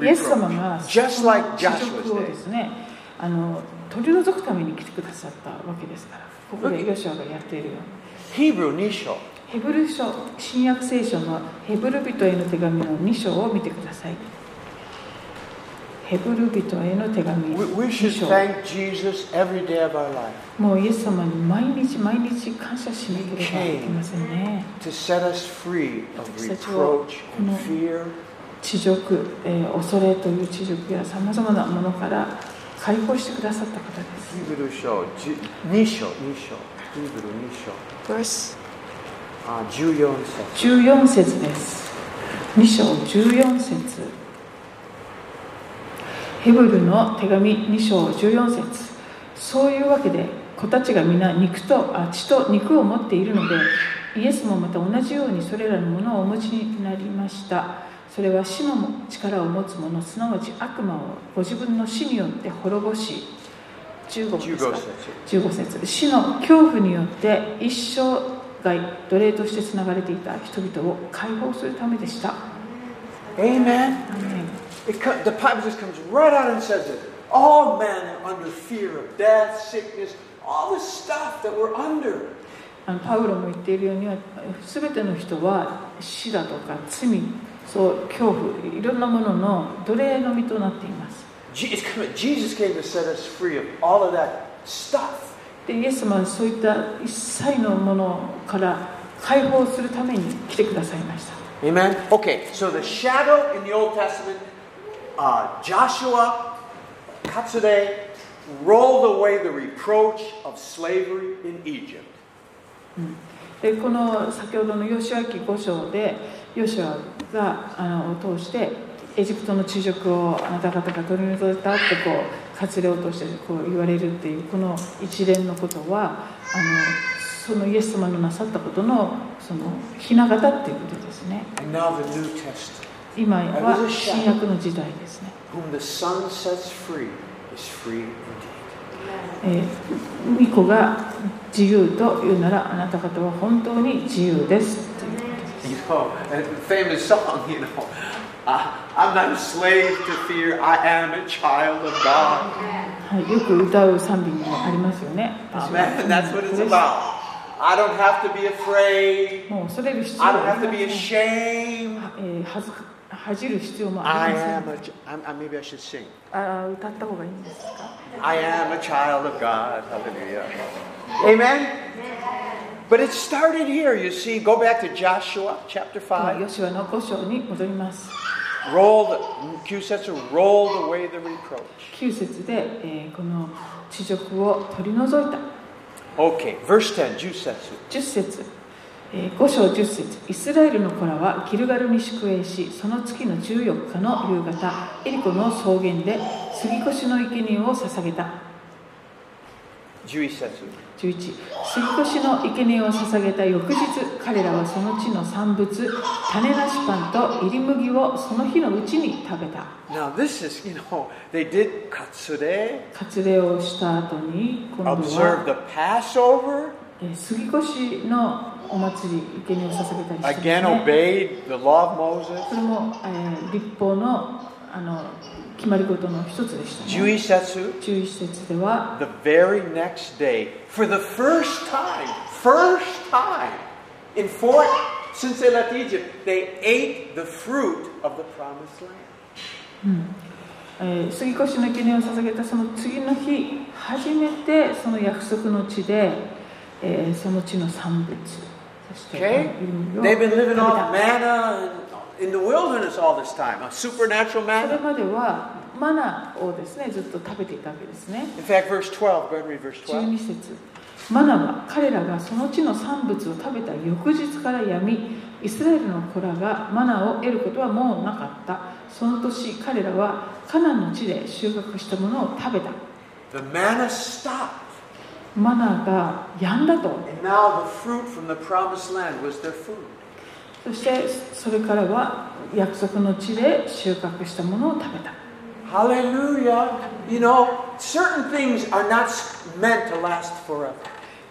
[SPEAKER 2] イエス様が
[SPEAKER 1] reproach, just
[SPEAKER 2] その
[SPEAKER 1] like
[SPEAKER 2] 地
[SPEAKER 1] Joshua's
[SPEAKER 2] 獄を
[SPEAKER 1] day.
[SPEAKER 2] ですねあの取り除くために来てくださったわけですからここでヨシュアがやっているように
[SPEAKER 1] Hebrew Nisho.
[SPEAKER 2] ヘブル書新約聖書のヘブル人への手紙の2章を見てくださいヘブル人への手紙
[SPEAKER 1] We, we should
[SPEAKER 2] 2章
[SPEAKER 1] thank Jesus every day of our life
[SPEAKER 2] もうイエス様に毎日毎日感謝しなければいけませんね
[SPEAKER 1] to set us free of
[SPEAKER 2] Such a-
[SPEAKER 1] reproach and
[SPEAKER 2] no.
[SPEAKER 1] fear.
[SPEAKER 2] 地獄、えー恐れという地獄やさまざまなものから解放してくださった方です
[SPEAKER 1] Hebrew show. Ju- Nisho. Nisho. Hebrew Nisho.
[SPEAKER 2] Verse
[SPEAKER 1] Uh, Juyon says.
[SPEAKER 2] 14節です2章14節ヘブルの手紙2章14節そういうわけで子たちが皆肉とあ血と肉を持っているのでイエスもまた同じようにそれらのものをお持ちになりましたそれは死の力を持つ者すなわち悪魔をご自分の死によって滅ぼし15ですか
[SPEAKER 1] Jugo says.
[SPEAKER 2] 15節死の恐怖によって一生涯奴隷としてつながれていた人々を解放するためでした
[SPEAKER 1] Amen.
[SPEAKER 2] アーメン
[SPEAKER 1] It co- the Bible just comes right out and says it. All men are under fear of death, sickness, all the stuff that we're under.
[SPEAKER 2] あのパウロも言っているようには全ての人は死だとか罪そう恐怖いろんなものの奴隷の身となっています
[SPEAKER 1] Je- it's come- Jesus came to set us free of all of that stuff.
[SPEAKER 2] でイエス様はそういった一切のものから解放するために来てくださいました
[SPEAKER 1] Amen. Okay, so the shadow in the Old Testament, uh, Joshua, Katsude, rolled away the reproach of slavery in Egypt.
[SPEAKER 2] でこの先ほどのヨシュア記5章でヨシュアがあのを通してエジプトの地辱をあなた方が取り除いたってこう活量としてこう言われるっていうこの一連のことはあのそのイエス様のなさったことのそのひな形っていうことですね
[SPEAKER 1] And now the New Testament,
[SPEAKER 2] 今は新約の時代ですね、
[SPEAKER 1] whom the Son sets free, is free indeed.
[SPEAKER 2] えー、巫女が自由というならあなた方は本当に自由ですっていうことです
[SPEAKER 1] You know, and the famous song, you know, I, I'm not a slave to fear, I am a child of God.
[SPEAKER 2] はい、よく歌う賛美にもありますよね。私は
[SPEAKER 1] Amen. And that's what it's
[SPEAKER 2] うん
[SPEAKER 1] about. I don't have to be afraid,
[SPEAKER 2] もう恐れる必要
[SPEAKER 1] I don't
[SPEAKER 2] はあ
[SPEAKER 1] have
[SPEAKER 2] り
[SPEAKER 1] to
[SPEAKER 2] ま
[SPEAKER 1] be
[SPEAKER 2] せん。
[SPEAKER 1] ashamed.
[SPEAKER 2] えー恥ずか恥じる必要も
[SPEAKER 1] I
[SPEAKER 2] ありま
[SPEAKER 1] am
[SPEAKER 2] せん。
[SPEAKER 1] a, ch- I'm, I, maybe I should sing.
[SPEAKER 2] あー歌った方がいいんですか。
[SPEAKER 1] I am a child of God. Hallelujah. Amen. But it started here, you see. Go back to Joshua chapter 5.
[SPEAKER 2] ヨシュアの5章に戻ります。
[SPEAKER 1] Rolled, Q sensor rolled away the reproach.
[SPEAKER 2] 9節で、えーこの地辱を取り除いた。
[SPEAKER 1] Okay, verse 10, Jusetsu.
[SPEAKER 2] 10節えー5章10節イスラエルの子らはギルガルに宿営しその月の14日の夕方エリコの草原で杉越の生贄を捧げた
[SPEAKER 1] 11節
[SPEAKER 2] 11過ぎ越しの生贄を捧げた翌日彼らはその地の産物種なしパンと入り麦をその日のうちに食べた
[SPEAKER 1] Now, this is, you know, they did katsure,
[SPEAKER 2] 割礼をした後に今度
[SPEAKER 1] observe
[SPEAKER 2] は
[SPEAKER 1] the Passover,
[SPEAKER 2] えー過ぎ越しのお祭り生贄を捧げたりして
[SPEAKER 1] again
[SPEAKER 2] ますね
[SPEAKER 1] obeyed the law of Moses.
[SPEAKER 2] それも、えー立法のあの決まり事の一つでした、ね、
[SPEAKER 1] 11節
[SPEAKER 2] 11節では
[SPEAKER 1] the very next day, for the first time, first time in four since they left Egypt, they ate the fruit of the promised land.
[SPEAKER 2] えー杉越の記念を捧げたその次の日初めてその約束の地で、えーその地の産物そして
[SPEAKER 1] Okay?
[SPEAKER 2] イリムギを
[SPEAKER 1] They've been
[SPEAKER 2] 食べ
[SPEAKER 1] living off
[SPEAKER 2] た
[SPEAKER 1] manna in the wilderness all this time, a supernatural
[SPEAKER 2] それ
[SPEAKER 1] manna.
[SPEAKER 2] まではマナをですねずっと食べていたわけですね
[SPEAKER 1] In fact, verse 12, go ahead and read verse 12.
[SPEAKER 2] 12節マナは彼らがその地の産物を食べた翌日からやみイスラエルの子らがマナを得ることはもうなかったその年彼らはカナンの地で収穫したものを食べた
[SPEAKER 1] The manna stopped,
[SPEAKER 2] マナがやんだと
[SPEAKER 1] and now the fruit from the promised land was their food.
[SPEAKER 2] そしてそれからは約束の地で収穫したものを食べた
[SPEAKER 1] Hallelujah. You know, certain things are not meant to last forever.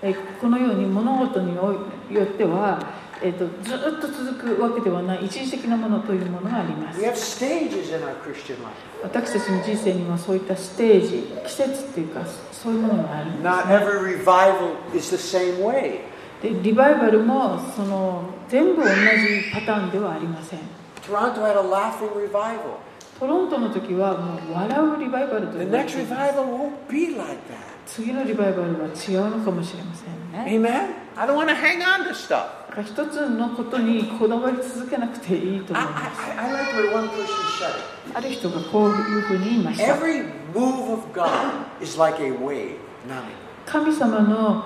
[SPEAKER 2] えーこのように物事においよっては、えー、とずっと続くわけではない一時的なものというものがあります
[SPEAKER 1] We have stages in our Christian life.
[SPEAKER 2] 私たちの人生にはそういったステージ季節っていうかそういうものがあるんで
[SPEAKER 1] Not every revival is the same way.
[SPEAKER 2] すでリバイバルもその全部同じパターンではありません
[SPEAKER 1] Toronto had a laughing revival.
[SPEAKER 2] トロントの時はもう笑うリバイバルと
[SPEAKER 1] The
[SPEAKER 2] いうわけ
[SPEAKER 1] next
[SPEAKER 2] です
[SPEAKER 1] revival won't be like that.
[SPEAKER 2] 次のリバイバルは違うのかもしれませんね
[SPEAKER 1] Amen? I don't want to hang on to stuff.
[SPEAKER 2] 一つのことにこだわり続けなくていいと
[SPEAKER 1] I,
[SPEAKER 2] 思います。
[SPEAKER 1] I, I like what one person said it.
[SPEAKER 2] ある人がこういうふうに言いました。
[SPEAKER 1] Every move of God is like a wave. Nami.
[SPEAKER 2] 神様の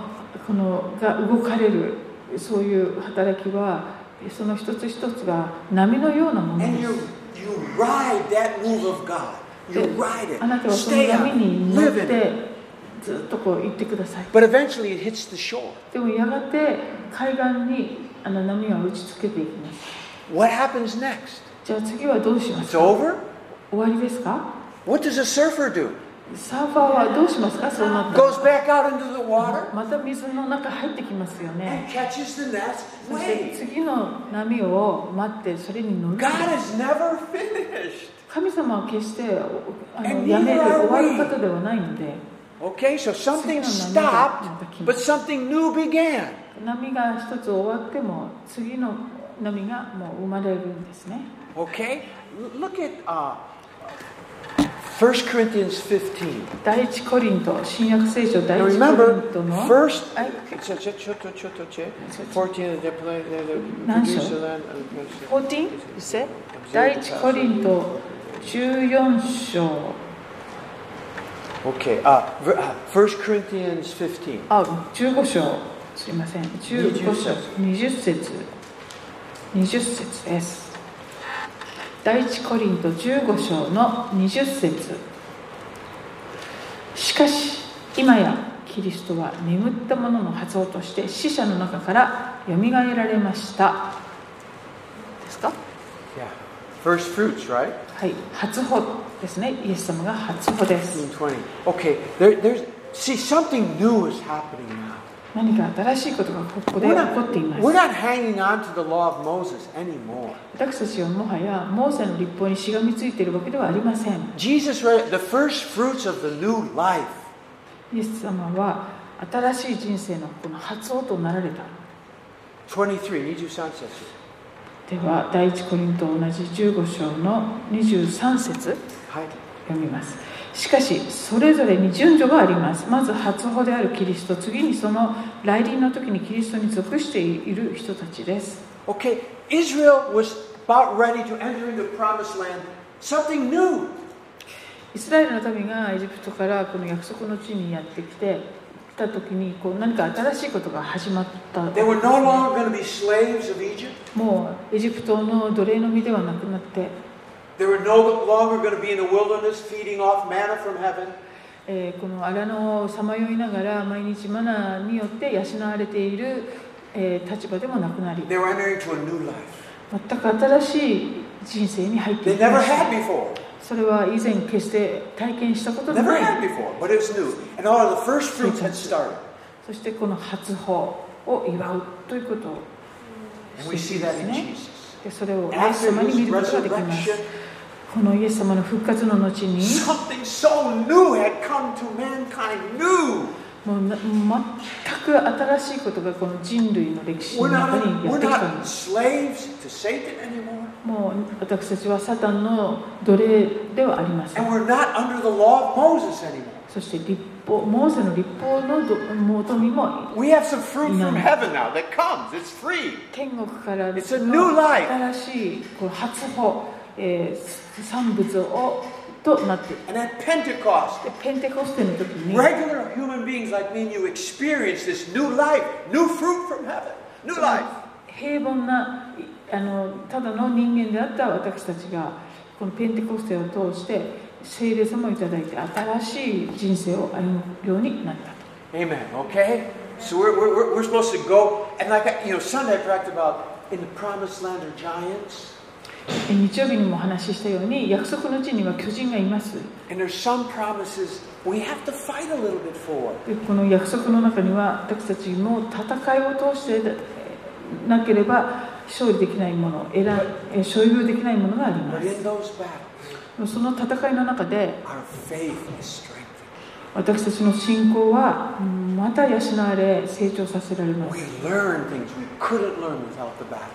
[SPEAKER 2] このが動かれるそういう働きはその一つ一つが波のようなもの
[SPEAKER 1] And
[SPEAKER 2] で
[SPEAKER 1] you
[SPEAKER 2] す。
[SPEAKER 1] you ride that move of God. You
[SPEAKER 2] で
[SPEAKER 1] ride it.
[SPEAKER 2] あなたはその
[SPEAKER 1] Stay on
[SPEAKER 2] 波
[SPEAKER 1] it.
[SPEAKER 2] に乗っ
[SPEAKER 1] Live in
[SPEAKER 2] て
[SPEAKER 1] it.
[SPEAKER 2] ずっとこう行ってください。
[SPEAKER 1] But eventually it hits the shore.
[SPEAKER 2] でもやがて海岸にあの波は打ちつけていきます。
[SPEAKER 1] What happens next?
[SPEAKER 2] じゃあ次はどうします
[SPEAKER 1] It's
[SPEAKER 2] か
[SPEAKER 1] over?
[SPEAKER 2] 終わりですか
[SPEAKER 1] What does a surfer do?
[SPEAKER 2] サーファーはどうしますかそうなった
[SPEAKER 1] Goes
[SPEAKER 2] ら
[SPEAKER 1] back out into the water?
[SPEAKER 2] また水の中入ってきますよね。
[SPEAKER 1] and catches the next
[SPEAKER 2] そして
[SPEAKER 1] wave.
[SPEAKER 2] 次の波を待ってそれに乗る
[SPEAKER 1] God is never finished.
[SPEAKER 2] 神様は決しておあの
[SPEAKER 1] And
[SPEAKER 2] やめる
[SPEAKER 1] neither are
[SPEAKER 2] 終
[SPEAKER 1] we.
[SPEAKER 2] わる方ではないので
[SPEAKER 1] Okay, so something
[SPEAKER 2] Sino na
[SPEAKER 1] stopped,
[SPEAKER 2] nandun?
[SPEAKER 1] but something new began.
[SPEAKER 2] 波が一つ終わっても次の波がもう生まれるんですね
[SPEAKER 1] Okay, L- look at uh, 1 Corinthians 15.
[SPEAKER 2] 第一コリント新約聖書第
[SPEAKER 1] Now
[SPEAKER 2] 一コリ
[SPEAKER 1] remember,
[SPEAKER 2] ントの
[SPEAKER 1] first.
[SPEAKER 2] はい
[SPEAKER 1] Ch- ch- ch- ch- ch- ch- ch- 14 of the pla- the- the
[SPEAKER 2] Nanso?
[SPEAKER 1] producer land and the producer-
[SPEAKER 2] 14? 第一コリント14章
[SPEAKER 1] Okay, uh, ver- uh, 1 Corinthians 15.
[SPEAKER 2] あ15章すいません15章20節20節です第一コリント15章の20節しかし今やキリストは眠った者の発音として死者の中からよみがえられましたですか
[SPEAKER 1] Yeah. First fruits, right?
[SPEAKER 2] はい初歩ですねイエス様が初歩です
[SPEAKER 1] 15, 20. Okay, there, there's. See, something new is happening now.
[SPEAKER 2] 何か新しいことがここで起
[SPEAKER 1] We're
[SPEAKER 2] こっていま
[SPEAKER 1] not,
[SPEAKER 2] す
[SPEAKER 1] we're not hanging on to the law of Moses anymore.
[SPEAKER 2] 私たちはもはやモーセの立法にしがみついているわけではありません
[SPEAKER 1] Jesus, re- the first fruits of the new life.
[SPEAKER 2] イエス様は新しい人生のこの発音となられた
[SPEAKER 1] 23, 23節
[SPEAKER 2] では第一コリント同じ15章の23節
[SPEAKER 1] はい。
[SPEAKER 2] 読みますしかしそれぞれに順序がありますまず初歩であるキリスト次にその来臨の時にキリストに属している人たちです
[SPEAKER 1] Okay, Israel was about ready to enter into the promised land. Something new.
[SPEAKER 2] イスラエルの民がエジプトからこの約束の地にやってきて来た時にこう何か新しいことが始まったわけ
[SPEAKER 1] They
[SPEAKER 2] ですね
[SPEAKER 1] were no longer going to be slaves of Egypt.
[SPEAKER 2] もうエジプトの奴隷の身ではなくなって
[SPEAKER 1] They were no longer going to be in the wilderness feeding off manna from heaven.
[SPEAKER 2] えーこの荒野をさまよいながら毎日マナーによって養われている、えー立場でもなくなり
[SPEAKER 1] They were entering into a new life
[SPEAKER 2] 全く新しい人生に入ってい
[SPEAKER 1] they
[SPEAKER 2] きま
[SPEAKER 1] never
[SPEAKER 2] し
[SPEAKER 1] had
[SPEAKER 2] た
[SPEAKER 1] before.
[SPEAKER 2] それは以前決して体験したことの
[SPEAKER 1] Never
[SPEAKER 2] ない
[SPEAKER 1] had before, but it's new. And all of the first fruits had started.
[SPEAKER 2] そしてこの初歩を祝うということを
[SPEAKER 1] And we see that in Jesus.
[SPEAKER 2] でそれをイエ
[SPEAKER 1] After
[SPEAKER 2] ス様に見
[SPEAKER 1] his
[SPEAKER 2] ることができます
[SPEAKER 1] resurrection,
[SPEAKER 2] このイエス様の復活の後に
[SPEAKER 1] something so new had come to mankind. New.
[SPEAKER 2] もうな全く新しいことがこの人類の歴史の
[SPEAKER 1] We're
[SPEAKER 2] 中に
[SPEAKER 1] not,
[SPEAKER 2] や
[SPEAKER 1] we're
[SPEAKER 2] ってきたんで
[SPEAKER 1] not
[SPEAKER 2] す
[SPEAKER 1] slaves to Satan anymore.
[SPEAKER 2] もう私たちはサタンの奴隷ではありません
[SPEAKER 1] And we're not under the law of Moses anymore.
[SPEAKER 2] そして立法モーセの立法のどもとにも
[SPEAKER 1] We have some fruit
[SPEAKER 2] No.
[SPEAKER 1] from heaven now that comes. It's free.
[SPEAKER 2] 天国からの
[SPEAKER 1] It's a new life.
[SPEAKER 2] 新しいこう初歩、えー産物をとなって
[SPEAKER 1] And at Pentecost,
[SPEAKER 2] でペンテコステの時に
[SPEAKER 1] regular human beings like me and you experience this new life, new fruit from heaven, new
[SPEAKER 2] そ
[SPEAKER 1] life.
[SPEAKER 2] の平凡ないあのただの人間であった私たちがこのペンテコステを通して聖霊様をいただいて新しい人生を歩むようになったと
[SPEAKER 1] Amen. Okay? So we're, we're, we're- we're supposed to go, and like, I- you know, Sunday I talked about in the promised land are giants,
[SPEAKER 2] え日曜日にもお話ししたように約束の地には巨人がいます
[SPEAKER 1] and there's some promises we have to fight a little bit for.
[SPEAKER 2] でこの約束の中には私たちも戦いを通してえなければ勝利できないもの選え所有できないものがありま
[SPEAKER 1] But
[SPEAKER 2] す
[SPEAKER 1] in those battles,
[SPEAKER 2] その戦いの中で
[SPEAKER 1] our faith is strengthened.
[SPEAKER 2] 私たちの信仰はうんまた養われ成長させられます
[SPEAKER 1] We learn things we couldn't learn without the battle.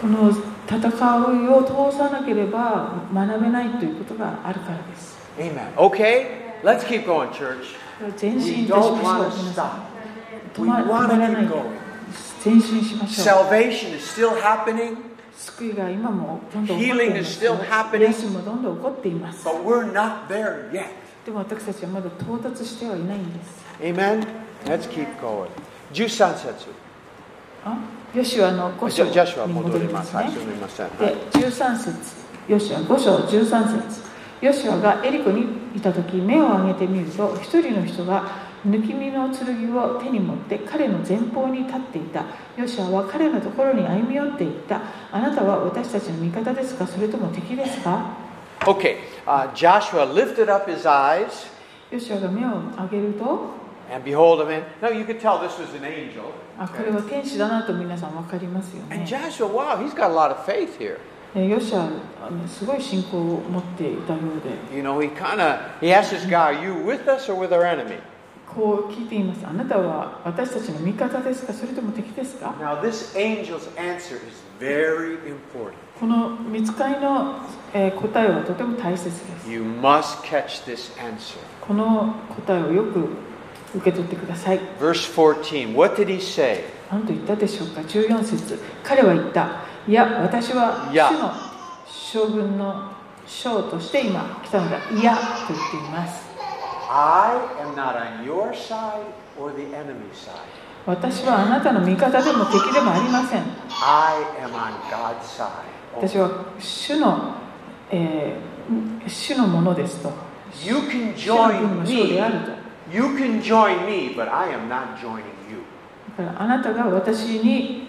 [SPEAKER 2] この戦いを通さなければ学べないということがあるからです
[SPEAKER 1] Amen. Okay? Let's keep going, church.
[SPEAKER 2] 前進
[SPEAKER 1] We
[SPEAKER 2] いたしま
[SPEAKER 1] don't want to
[SPEAKER 2] しょう皆さ
[SPEAKER 1] stop.
[SPEAKER 2] ん止
[SPEAKER 1] We
[SPEAKER 2] ま止ま
[SPEAKER 1] want
[SPEAKER 2] ら
[SPEAKER 1] to
[SPEAKER 2] ない
[SPEAKER 1] keep
[SPEAKER 2] で
[SPEAKER 1] going.
[SPEAKER 2] 前進しましょう
[SPEAKER 1] Salvation is still happening,
[SPEAKER 2] 救いが今もどんどん起こってい
[SPEAKER 1] Healing
[SPEAKER 2] ま
[SPEAKER 1] is
[SPEAKER 2] す
[SPEAKER 1] still happening.
[SPEAKER 2] 癒しもどんどん起こっています
[SPEAKER 1] but we're not there yet.
[SPEAKER 2] でも私たちはまだ到達してはいないんです
[SPEAKER 1] Amen? Let's keep going. 13節。
[SPEAKER 2] あヨシュアの5
[SPEAKER 1] じゃ
[SPEAKER 2] 章
[SPEAKER 1] ジャシュア
[SPEAKER 2] に
[SPEAKER 1] 戻
[SPEAKER 2] 戻
[SPEAKER 1] り
[SPEAKER 2] りま
[SPEAKER 1] ます。
[SPEAKER 2] す
[SPEAKER 1] は
[SPEAKER 2] ね
[SPEAKER 1] い、すみません。はい
[SPEAKER 2] で13節ヨシュア5章13節ヨシュアがエリコにいた時目を上げてみると一人の人が抜き身の剣を手に持って彼の前方に立っていたヨシュアは彼のところに歩み寄っていったあなたは私たちの味方ですかそれとも敵ですか
[SPEAKER 1] Okay, uh, Joshua lifted up his eyes,
[SPEAKER 2] ヨシュアが目を上げると
[SPEAKER 1] and behold, a man. Now you could tell this was an angel.
[SPEAKER 2] あこれは天使だなと皆さん分かりますよ
[SPEAKER 1] And
[SPEAKER 2] ね
[SPEAKER 1] Joshua, wow, he's got a lot of faith here.
[SPEAKER 2] えヨシュアあのすごい信仰を持っていたようで
[SPEAKER 1] You know, he kind of he asked this guy, "Are you with us or with our enemy?"
[SPEAKER 2] こう聞いていますあなたは私たちの味方ですかそれとも敵ですか
[SPEAKER 1] Now this angel's answer is very important.
[SPEAKER 2] この見つかりの、えー答えはとても大切です
[SPEAKER 1] You must catch this answer.
[SPEAKER 2] この答えをよく受け取ってください
[SPEAKER 1] Verse 14. What did he say?
[SPEAKER 2] 何と言ったでしょうか14節彼は言ったいや私はい
[SPEAKER 1] や
[SPEAKER 2] 主の将軍の将として今来たのだいやと言っています
[SPEAKER 1] I am not on your side or the enemy's side.
[SPEAKER 2] 私はあなたの味方でも敵でもありません
[SPEAKER 1] I am on God's side.
[SPEAKER 2] 私は主の、えー主のものですと
[SPEAKER 1] You can
[SPEAKER 2] 主の軍
[SPEAKER 1] join
[SPEAKER 2] の将で
[SPEAKER 1] me.
[SPEAKER 2] あると
[SPEAKER 1] You can join me, but I am not joining you.
[SPEAKER 2] だからあなたが私に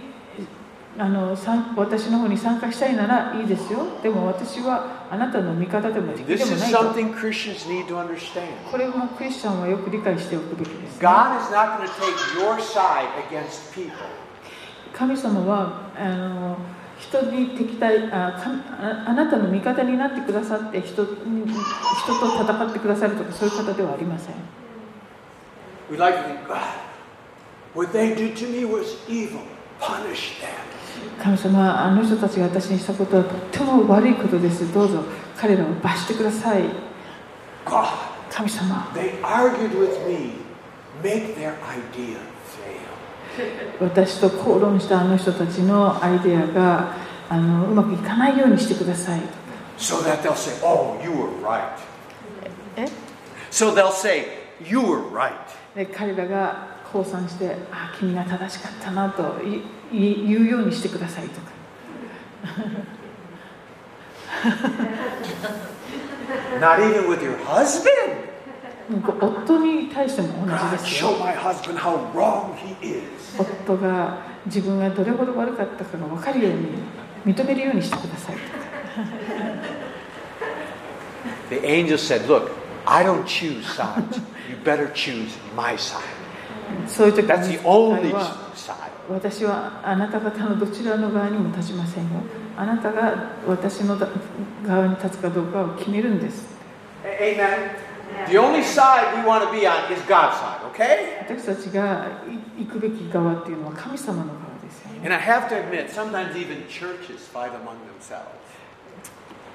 [SPEAKER 2] あの参私の方に参加したいならいいですよでも私はあなたの味方でも敵で
[SPEAKER 1] This
[SPEAKER 2] も
[SPEAKER 1] is
[SPEAKER 2] ないと
[SPEAKER 1] something Christians need to understand.
[SPEAKER 2] これもクリスチャンはよく理解しておくべきです、
[SPEAKER 1] God is not going to take your side against people.
[SPEAKER 2] 神様はあの人に敵対あかああなたの味方になってくださって人に人と戦ってくださるとかそういう方ではありません
[SPEAKER 1] We like to think, God, what they did to me was evil. Punish them.
[SPEAKER 2] 神様あの人たちが私にしたことはとっても悪いことですどうぞ彼らを罰してください
[SPEAKER 1] God,
[SPEAKER 2] 神様
[SPEAKER 1] they argued with me. Make their idea fail.
[SPEAKER 2] 私と口論したあの人たちのアイデアがあのうまくいかないようにしてください
[SPEAKER 1] So that they'll say, oh, you were right.
[SPEAKER 2] え
[SPEAKER 1] So they'll say, you were right.
[SPEAKER 2] で彼らが降参してあ君が正しかったなといい言うようにしてくださいとか
[SPEAKER 1] Not even with your husband.
[SPEAKER 2] 夫に対しても同じで
[SPEAKER 1] God,
[SPEAKER 2] す
[SPEAKER 1] show
[SPEAKER 2] よ
[SPEAKER 1] my husband how wrong he is.
[SPEAKER 2] 夫が自分がどれほど悪かったかが分かるように認めるようにしてください
[SPEAKER 1] The angel said, Look, I don't choose sides. You better choose my side.
[SPEAKER 2] そういう時
[SPEAKER 1] That's
[SPEAKER 2] に
[SPEAKER 1] the only
[SPEAKER 2] は
[SPEAKER 1] side.
[SPEAKER 2] 私はあなた方のどちらの側にも立ちませんよあなたが私の側に立つかどうかを決めるんです
[SPEAKER 1] A- Amen. The only side we want to be on is God's side, okay?
[SPEAKER 2] 私たちがい行くべき側っていうのは神様の側ですよね
[SPEAKER 1] And I have to admit, sometimes even churches fight among themselves.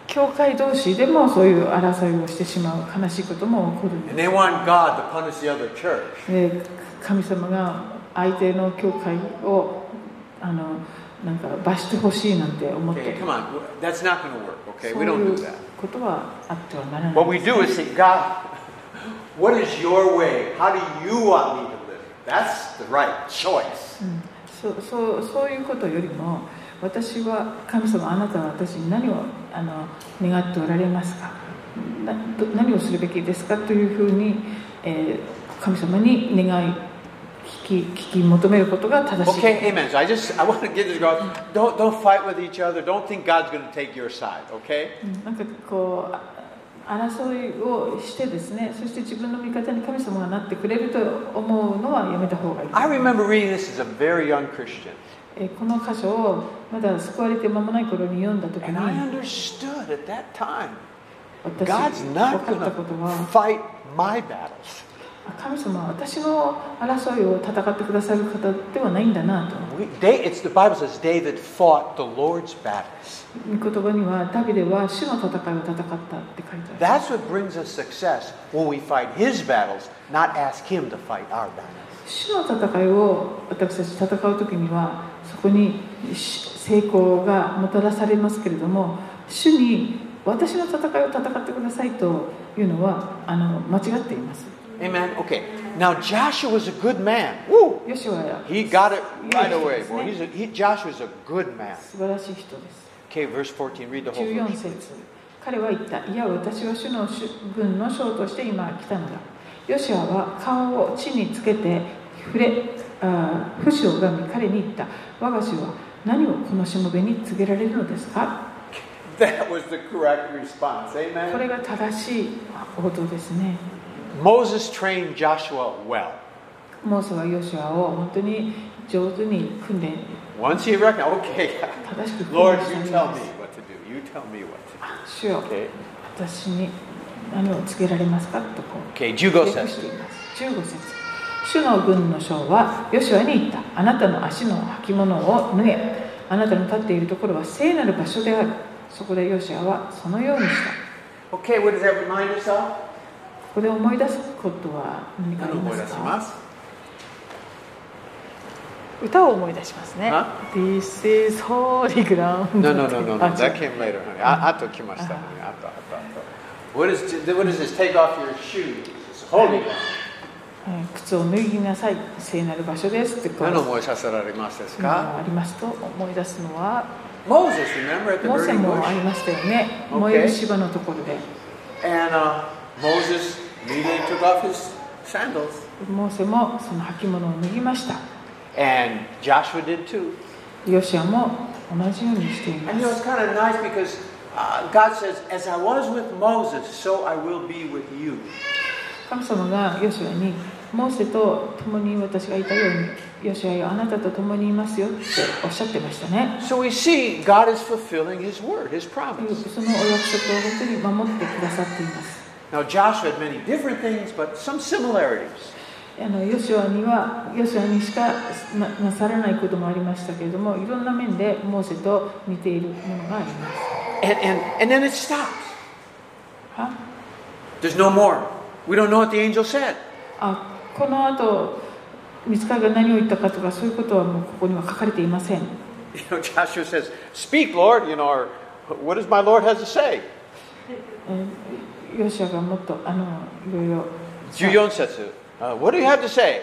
[SPEAKER 2] 教会同士でもそういう争いをしてしまう悲しいことも起こるんで
[SPEAKER 1] And they want God to punish the other church.
[SPEAKER 2] で神様が相手の教会をあのなんか罰してほしいなんて思って
[SPEAKER 1] Okay, come on. That's not going to work, okay?
[SPEAKER 2] そ
[SPEAKER 1] We
[SPEAKER 2] う
[SPEAKER 1] don't
[SPEAKER 2] い
[SPEAKER 1] do
[SPEAKER 2] う
[SPEAKER 1] that.
[SPEAKER 2] ことはあってはならない
[SPEAKER 1] What we do is say, God, what is your way? How do you want me to live? That's the right choice.
[SPEAKER 2] うんそうそうそういうことよりも私は神様あなたは私に何をあの願っておられますかなど何をするべきですかというふうに、えー神様に願い聞き聞き求めることが正しい、
[SPEAKER 1] Okay, amen. So I just I want to get this going. Don't don't fight with each other. Don't think God's going to take your side. Okay.
[SPEAKER 2] うんなんかこうあ争いをしてですねそして自分の味方に神様がなってくれると思うのはやめた方がいい
[SPEAKER 1] I remember reading this as a very young Christian,
[SPEAKER 2] えーこの箇所をまだ救われて間もない頃に読んだ時
[SPEAKER 1] and I
[SPEAKER 2] に
[SPEAKER 1] understood at that time
[SPEAKER 2] 私
[SPEAKER 1] God's
[SPEAKER 2] 分か
[SPEAKER 1] not
[SPEAKER 2] っ
[SPEAKER 1] going
[SPEAKER 2] たことは
[SPEAKER 1] to fight my battles.
[SPEAKER 2] 神様は私の争いを戦ってくださる方ではないんだなと
[SPEAKER 1] We, Da- it's the Bible says David fought the Lord's battles.
[SPEAKER 2] 御言葉にはダビデは主の戦いを戦ったって書いてある
[SPEAKER 1] That's what brings us success when we fight His battles, not ask Him to fight our battles.
[SPEAKER 2] 主の戦いを私たち戦う時にはそこにし成功がもたらされますけれども主に私の戦いを戦ってくださいというのはあの間違っています
[SPEAKER 1] Amen. Okay. Now Joshua was a good man. Woo.
[SPEAKER 2] ヨシュアは
[SPEAKER 1] He got it right away.
[SPEAKER 2] Yes.
[SPEAKER 1] Boy, he's a, he, Joshua's a good man.
[SPEAKER 2] 素晴らしい人です
[SPEAKER 1] Okay, verse 14. Read the whole
[SPEAKER 2] 14
[SPEAKER 1] verse.
[SPEAKER 2] 節彼は言ったいや私は主の主軍の将として今来たのだヨシュアは顔を地につけて触れあー不死を拝み彼に言った我が主は何をこのしもべに告げられるのですか
[SPEAKER 1] That was the correct response.
[SPEAKER 2] こ
[SPEAKER 1] Amen.
[SPEAKER 2] れが正しい応答ですね
[SPEAKER 1] Moses trained Joshua well.
[SPEAKER 2] モーセはヨシュアを本当に上手に訓練
[SPEAKER 1] Once he recognized, okay,
[SPEAKER 2] 正しく訓
[SPEAKER 1] Lord,
[SPEAKER 2] 練したん
[SPEAKER 1] you
[SPEAKER 2] で
[SPEAKER 1] tell
[SPEAKER 2] す
[SPEAKER 1] me what to do. You tell me what to
[SPEAKER 2] 主よ
[SPEAKER 1] do. Okay.
[SPEAKER 2] 私に何を告げられますかとこう
[SPEAKER 1] Okay, Jugo
[SPEAKER 2] 訳
[SPEAKER 1] says,
[SPEAKER 2] しています15節主の軍の将はヨシュアに言ったあなたの足の履物を脱げあなたの立っているところは聖なる場所であるそこでヨシュアはそのようにした
[SPEAKER 1] okay, what does that remind us of?
[SPEAKER 2] ここで思い出すことは何かありますか
[SPEAKER 1] Huh?
[SPEAKER 2] 歌を思い出しますね
[SPEAKER 1] あ
[SPEAKER 2] This is holy ground
[SPEAKER 1] No, no, no, no, no.
[SPEAKER 2] あ違う
[SPEAKER 1] That came later, honey. I, I took you my stuff, honey. I thought, I thought, I thought. What is, what is this? Take off your shoes. It's holy.
[SPEAKER 2] えー靴を脱ぎなさい聖なる場所ですってこう
[SPEAKER 1] None of us has said that in my sense.
[SPEAKER 2] いうのがありますと思い出すのは
[SPEAKER 1] Moses, remember at the
[SPEAKER 2] モーセ
[SPEAKER 1] burning
[SPEAKER 2] もあ
[SPEAKER 1] bush?
[SPEAKER 2] りましたよね
[SPEAKER 1] Okay.
[SPEAKER 2] 燃える芝のところで
[SPEAKER 1] And uh, Moses immediately took off his sandals.
[SPEAKER 2] モーセもその履物を脱ぎました
[SPEAKER 1] And Joshua did too.
[SPEAKER 2] ヨシアも同じようにしてい
[SPEAKER 1] And you know,
[SPEAKER 2] ま
[SPEAKER 1] it's
[SPEAKER 2] す
[SPEAKER 1] kind of nice because uh, God says, As I was with Moses, so I will be with you.
[SPEAKER 2] 神様がヨシュアにモーセと共に私がいたようにヨシュアよあなたと共にいますよっておっしゃってましたね
[SPEAKER 1] So we see God is fulfilling his word, his promise.
[SPEAKER 2] そのお約束を本当に守ってくださっています
[SPEAKER 1] Now, Joshua had many different things, but some similarities.
[SPEAKER 2] あのヨシュアにはヨシュアにしかななさらないこともありましたけれどもいろんな面でモーセと似ているものがあります
[SPEAKER 1] And, and, and then it stops.
[SPEAKER 2] は
[SPEAKER 1] There's no more. We don't know what the angel said.
[SPEAKER 2] あこの後見つかりが何を言ったかとかそういうことはもうここには書かれていません
[SPEAKER 1] You know, Joshua says, Speak, Lord, you know, or what does my Lord has to say?
[SPEAKER 2] えーヨシュアがもっとあのいろいろ
[SPEAKER 1] 14節 Uh, what do you have to say?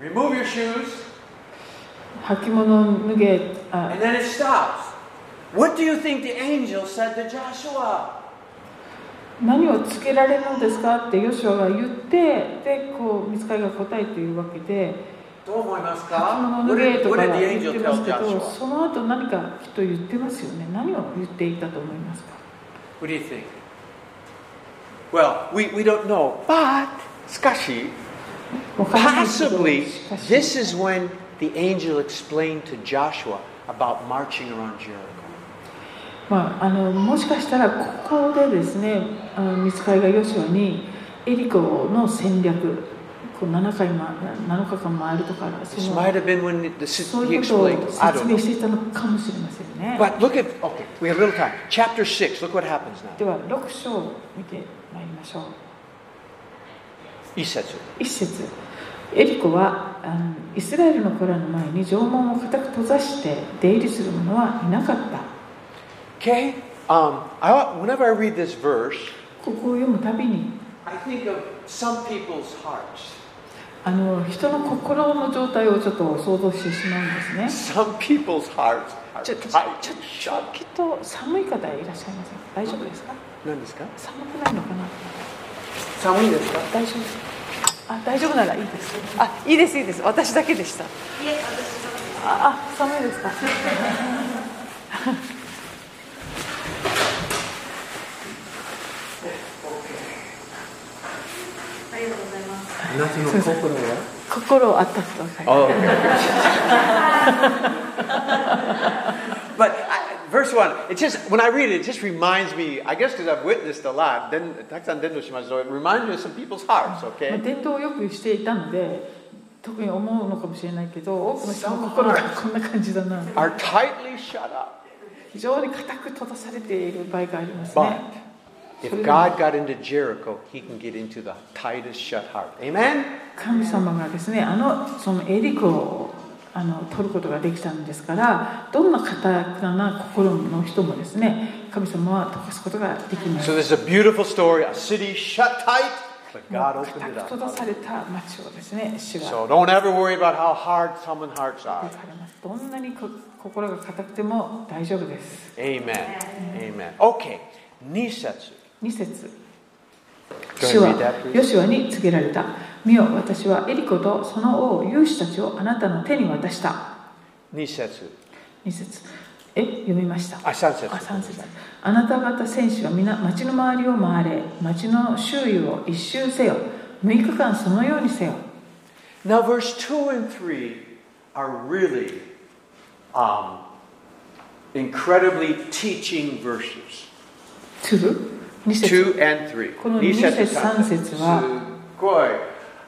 [SPEAKER 1] Remove your shoes.
[SPEAKER 2] 履物を脱げあ
[SPEAKER 1] And then it stops. What do you think the angel said to Joshua?
[SPEAKER 2] 何をつけられるのですかってヨシュアが言ってでこう見つかりが答えているわけで
[SPEAKER 1] どう思います
[SPEAKER 2] 「着
[SPEAKER 1] か
[SPEAKER 2] 物の
[SPEAKER 1] What
[SPEAKER 2] 芸」
[SPEAKER 1] did,
[SPEAKER 2] と
[SPEAKER 1] what
[SPEAKER 2] か
[SPEAKER 1] did the
[SPEAKER 2] 言って
[SPEAKER 1] angel
[SPEAKER 2] ま
[SPEAKER 1] tell
[SPEAKER 2] すけど
[SPEAKER 1] Joshua?
[SPEAKER 2] その後何かきっと言ってますよね何を言っていたと思いますか
[SPEAKER 1] What do you think? Well, we, we don't know. But, しかし、
[SPEAKER 2] わかりますけど
[SPEAKER 1] possibly
[SPEAKER 2] しかし
[SPEAKER 1] this is when the angel explained to Joshua about marching around Jericho.
[SPEAKER 2] まあ、あのもしかしたらここでですねあの見つかりがヨシュアにエリコの戦略こう7回、ま、7日間回るとかそ
[SPEAKER 1] This
[SPEAKER 2] の
[SPEAKER 1] might have been when it, the,
[SPEAKER 2] そう
[SPEAKER 1] he
[SPEAKER 2] いうことを
[SPEAKER 1] explained. I
[SPEAKER 2] 説
[SPEAKER 1] don't
[SPEAKER 2] 明
[SPEAKER 1] know.
[SPEAKER 2] していたのかもしれませんね。
[SPEAKER 1] But look at, okay, we have a little time. Chapter 6, look what happens
[SPEAKER 2] で
[SPEAKER 1] now.
[SPEAKER 2] は6章を見てまいりましょう。
[SPEAKER 1] He said so.
[SPEAKER 2] 一節エリコはあのイスラエルの子らの前に城門を固く閉ざして出入りする者はいなかった。
[SPEAKER 1] Okay? Um, I, whenever I read this verse,
[SPEAKER 2] ここを読むたびに
[SPEAKER 1] I think of some people's hearts.
[SPEAKER 2] あの人の心の状態をちょっと想像してしまうんですね。
[SPEAKER 1] Some people's hearts are
[SPEAKER 2] ちょっと、
[SPEAKER 1] tight
[SPEAKER 2] ちょ
[SPEAKER 1] and
[SPEAKER 2] ちょ
[SPEAKER 1] shut.
[SPEAKER 2] きっと寒い方いらっしゃいません大丈夫ですか寒くないのかな大丈夫ですあ大丈夫ならいいですあいいですいいです私だけでしたああ寒いですか心を温かく
[SPEAKER 1] Oh. but I, verse one, it just when I read it, it just reminds me. I guess because I've witnessed a lot. Then Taksan Dendo Shimazo, it reminds me of some people's hearts.
[SPEAKER 2] まあ
[SPEAKER 1] Okay.
[SPEAKER 2] 伝統をよくしていたので特に思うのかもしれないけど多くの人の心がこんな感じだな
[SPEAKER 1] Are tightly shut up.
[SPEAKER 2] 非常に固く閉ざされている場合がありますね
[SPEAKER 1] But if God got into Jericho, He can get into the tightest shut heart. Amen.
[SPEAKER 2] 神様がですねあのそのエリコをあの取ることができたんですからどんな堅くなな心の人もですね神様は溶かすことができます
[SPEAKER 1] So this is a beautiful story. A city shut tight, but
[SPEAKER 2] もう
[SPEAKER 1] God
[SPEAKER 2] 固
[SPEAKER 1] opened
[SPEAKER 2] く
[SPEAKER 1] it
[SPEAKER 2] 閉ざさ
[SPEAKER 1] up.
[SPEAKER 2] れた町をですね主が
[SPEAKER 1] So don't ever worry about how hard someone hearts
[SPEAKER 2] 開
[SPEAKER 1] are.
[SPEAKER 2] かれますどんなにこ心が固くても大丈夫です
[SPEAKER 1] Amen. Amen. Okay. Nisetsu.
[SPEAKER 2] 2節
[SPEAKER 1] Go ahead
[SPEAKER 2] 主は
[SPEAKER 1] and read that, please.
[SPEAKER 2] ヨシュアに告げられた「見よ私はエリコとその王勇士たちをあなたの手に渡した」
[SPEAKER 1] Nisetsu.
[SPEAKER 2] 2節え読みました
[SPEAKER 1] Ah, sansetsu.
[SPEAKER 2] あ3節あなた方選手は皆町の周りを回れ町の周囲を一周せよ6日間そのようにせよ
[SPEAKER 1] Now, verse 2 and 3 are really um, incredibly teaching verses.
[SPEAKER 2] 2?2 節
[SPEAKER 1] 2 and 3.
[SPEAKER 2] この二節、三節は、
[SPEAKER 1] すっごい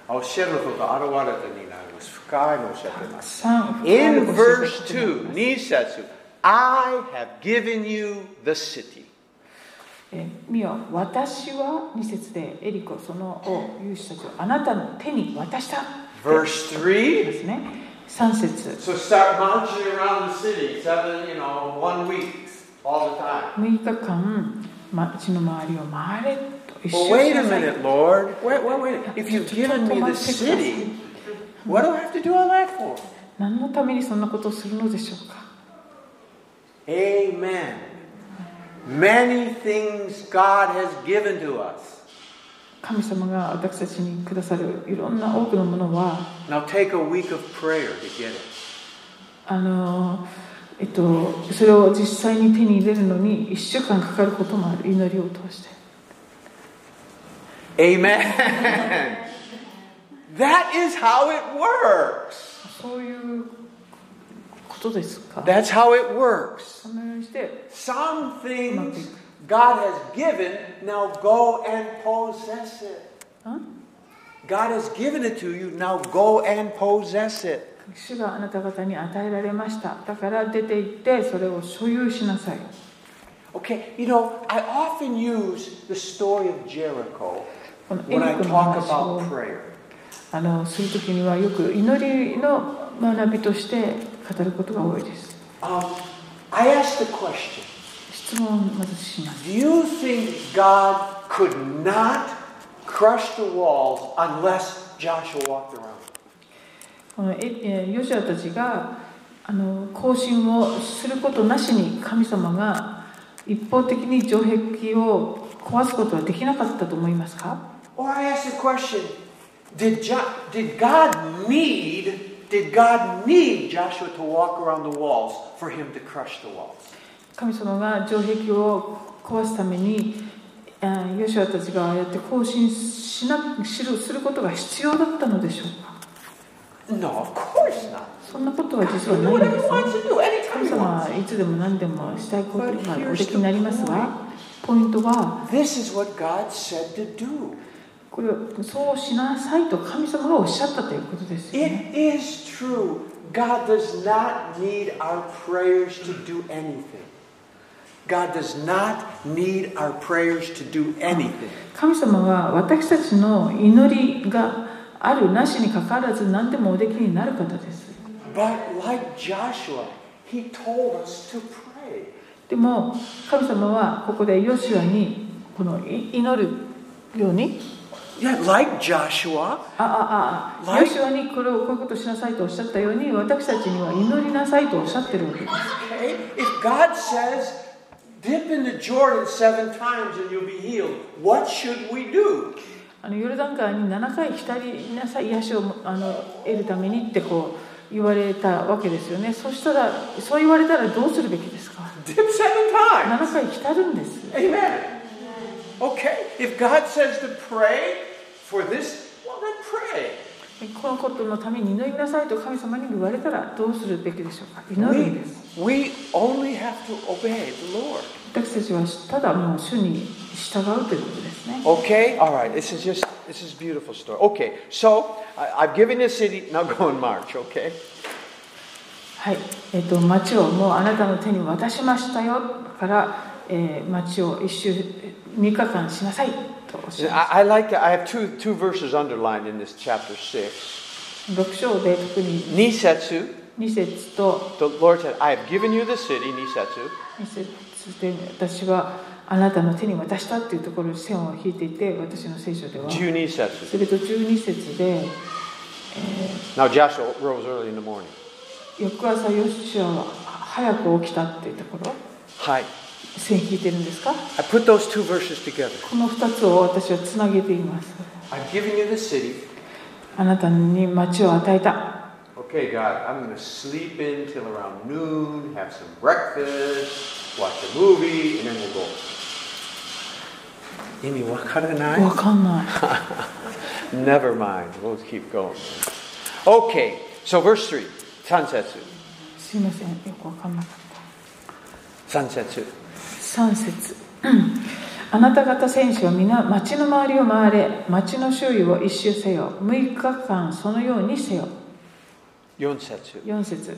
[SPEAKER 1] 教えることが現れたになります。深いの教えてます。
[SPEAKER 2] 3
[SPEAKER 1] In verse 2, 2節 I have given you the city.
[SPEAKER 2] え見よ私は2節でエリコその王勇士たちをあなたの手に渡した
[SPEAKER 1] Verse 3.
[SPEAKER 2] ですね3節
[SPEAKER 1] So start marching around the city, seven, you know, one week, all the time.
[SPEAKER 2] 6日間町の周りを回れと一
[SPEAKER 1] Well,
[SPEAKER 2] 周し
[SPEAKER 1] wait
[SPEAKER 2] な
[SPEAKER 1] a
[SPEAKER 2] さい
[SPEAKER 1] minute, Lord. Wait, wait, wait. If you've given me the city, what do I have to do all that for?
[SPEAKER 2] 何のためにそんなことをするのでしょうか
[SPEAKER 1] Amen. Many things God has given to us.
[SPEAKER 2] 神様が私たちにくださるいろんな多くのものは
[SPEAKER 1] Now take a week of prayer to get it.
[SPEAKER 2] あのえっとそれを実際に手に入れるのに1週間かかることもある祈りを通して
[SPEAKER 1] Amen. that is how it works.
[SPEAKER 2] そういうことですか
[SPEAKER 1] That's how it works.
[SPEAKER 2] そのようにして
[SPEAKER 1] Some things God has given, now go and possess it.
[SPEAKER 2] Huh?
[SPEAKER 1] God has given it to you, now go and possess it.
[SPEAKER 2] 主があなた方に与えられましただから出て行ってそれを所有しなさい
[SPEAKER 1] Okay, you know, I often use the story of Jericho
[SPEAKER 2] このエリ
[SPEAKER 1] when I
[SPEAKER 2] コの
[SPEAKER 1] talk
[SPEAKER 2] 話
[SPEAKER 1] about
[SPEAKER 2] を
[SPEAKER 1] prayer.
[SPEAKER 2] あのする時にはよく祈りの学びとして語ることが多いです
[SPEAKER 1] Um, I ask the question
[SPEAKER 2] 質問をまずします
[SPEAKER 1] Do you think God could not crush the walls unless Joshua walked around?
[SPEAKER 2] このええーヨシュアたちがあの行進をすることなしに神様が一方的に城壁を壊すことはできなかったと思いますか
[SPEAKER 1] Or I ask the question, did, jo- did God need, did God need Joshua to walk around the walls for him to crush the walls?
[SPEAKER 2] 神様が城壁を壊すためにえーヨシュアたちがああやって行進しなしるすることが必要だったのでしょうか
[SPEAKER 1] No, of course not.
[SPEAKER 2] そんなことは
[SPEAKER 1] God
[SPEAKER 2] 実
[SPEAKER 1] can
[SPEAKER 2] は
[SPEAKER 1] do
[SPEAKER 2] ないんで
[SPEAKER 1] whatever he wants to do, anytime
[SPEAKER 2] すね神
[SPEAKER 1] he
[SPEAKER 2] 様
[SPEAKER 1] wants.
[SPEAKER 2] はいつでも何でもしたいことがおできになりますがポイントは
[SPEAKER 1] This is what God said to do.
[SPEAKER 2] これをそうしなさいと神様がおっしゃったということですよね
[SPEAKER 1] It is true. God does not need our prayers to do anything. God does not need our prayers to do anything.
[SPEAKER 2] 神様は私たちの祈りがあるなしにかかわらず何でもおできになる方です
[SPEAKER 1] But like Joshua, he told us to pray.
[SPEAKER 2] でも神様はここでヨシュアにこのい祈るように
[SPEAKER 1] Yeah, like Joshua,
[SPEAKER 2] ああああ
[SPEAKER 1] はい
[SPEAKER 2] ヨシュアにこれをこういうことしなさいとおっしゃったように私たちには祈りなさいとおっしゃってるわけです
[SPEAKER 1] okay? If God says, dip in the Jordan seven times and you'll be healed, what should we do?
[SPEAKER 2] あのヨルダン川に7回浸りなさい癒しをあの得るためにってこう言われたわけですよねそしたらそう言われたらどうするべきですか
[SPEAKER 1] Dip seven times.
[SPEAKER 2] 7回浸るんです
[SPEAKER 1] Amen. Okay, if God says to pray for this, well then pray.
[SPEAKER 2] このことのために祈りなさいと神様に言われたらどうするべきでしょうか祈るん
[SPEAKER 1] We,
[SPEAKER 2] です
[SPEAKER 1] we only have to obey the Lord.
[SPEAKER 2] 私たちはただもう主に従うということですね
[SPEAKER 1] Okay, all right. This is just this is beautiful story. Okay, so I, I've given this city. Now go and march. Okay.
[SPEAKER 2] はい、えっと町をもうあなたの手に渡しましたよから、えー、町を一周3日間しなさいとおっしゃいま
[SPEAKER 1] I, I like that. I have two two verses underlined in this chapter six.
[SPEAKER 2] す6章で特に
[SPEAKER 1] Nisetsu.
[SPEAKER 2] 2節と
[SPEAKER 1] The Lord said, "I have given you the city, Nisetsu."
[SPEAKER 2] 2節で私はあなたの手に渡したっていうところに線を引いていて私の聖書では
[SPEAKER 1] Ju
[SPEAKER 2] す
[SPEAKER 1] Nisetsu.
[SPEAKER 2] ると12節で
[SPEAKER 1] Now Joshua rose early in the morning.
[SPEAKER 2] 翌朝ヨシュアは早く起きたっていうところ
[SPEAKER 1] Hi.
[SPEAKER 2] 線引いてるんですか
[SPEAKER 1] I put those two verses together.
[SPEAKER 2] この2つを私はつなげています
[SPEAKER 1] I've given you the city.
[SPEAKER 2] あなたに町を与えた
[SPEAKER 1] Okay, God, I'm going to sleep in till around noon, have some breakfast, watch a movie, and then we'll go.
[SPEAKER 2] わ
[SPEAKER 1] 意味わからない
[SPEAKER 2] かんない
[SPEAKER 1] Never mind. We'll keep going. Okay, so verse 3. Sansetsu.
[SPEAKER 2] すいませんよくわかんなかっ
[SPEAKER 1] Sansetsu.
[SPEAKER 2] た3節うんあなた方選手は皆町の周りを回れ町の周囲を一周せよ6日間そのようにせよ
[SPEAKER 1] Yonsetsu.
[SPEAKER 2] 4節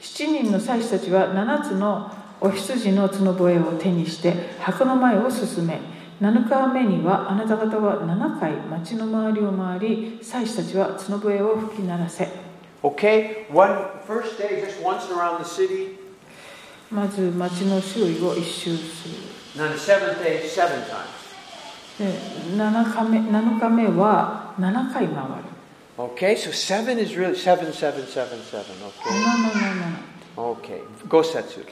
[SPEAKER 2] 7人の祭司たちは7つのお羊の角笛を手にして箱の前を進め7日目にはあなた方は7回町の周りを回り祭司たちは角笛を吹き鳴らせ
[SPEAKER 1] Okay, one first day just once around the city.
[SPEAKER 2] まず町の周囲を一周する
[SPEAKER 1] And on the seventh day, seven times.
[SPEAKER 2] で 7, 日目7日目は7回回る
[SPEAKER 1] Okay, so seven is really seven, seven, seven, seven.
[SPEAKER 2] 7
[SPEAKER 1] Okay.
[SPEAKER 2] 7
[SPEAKER 1] Okay. Gosetsu.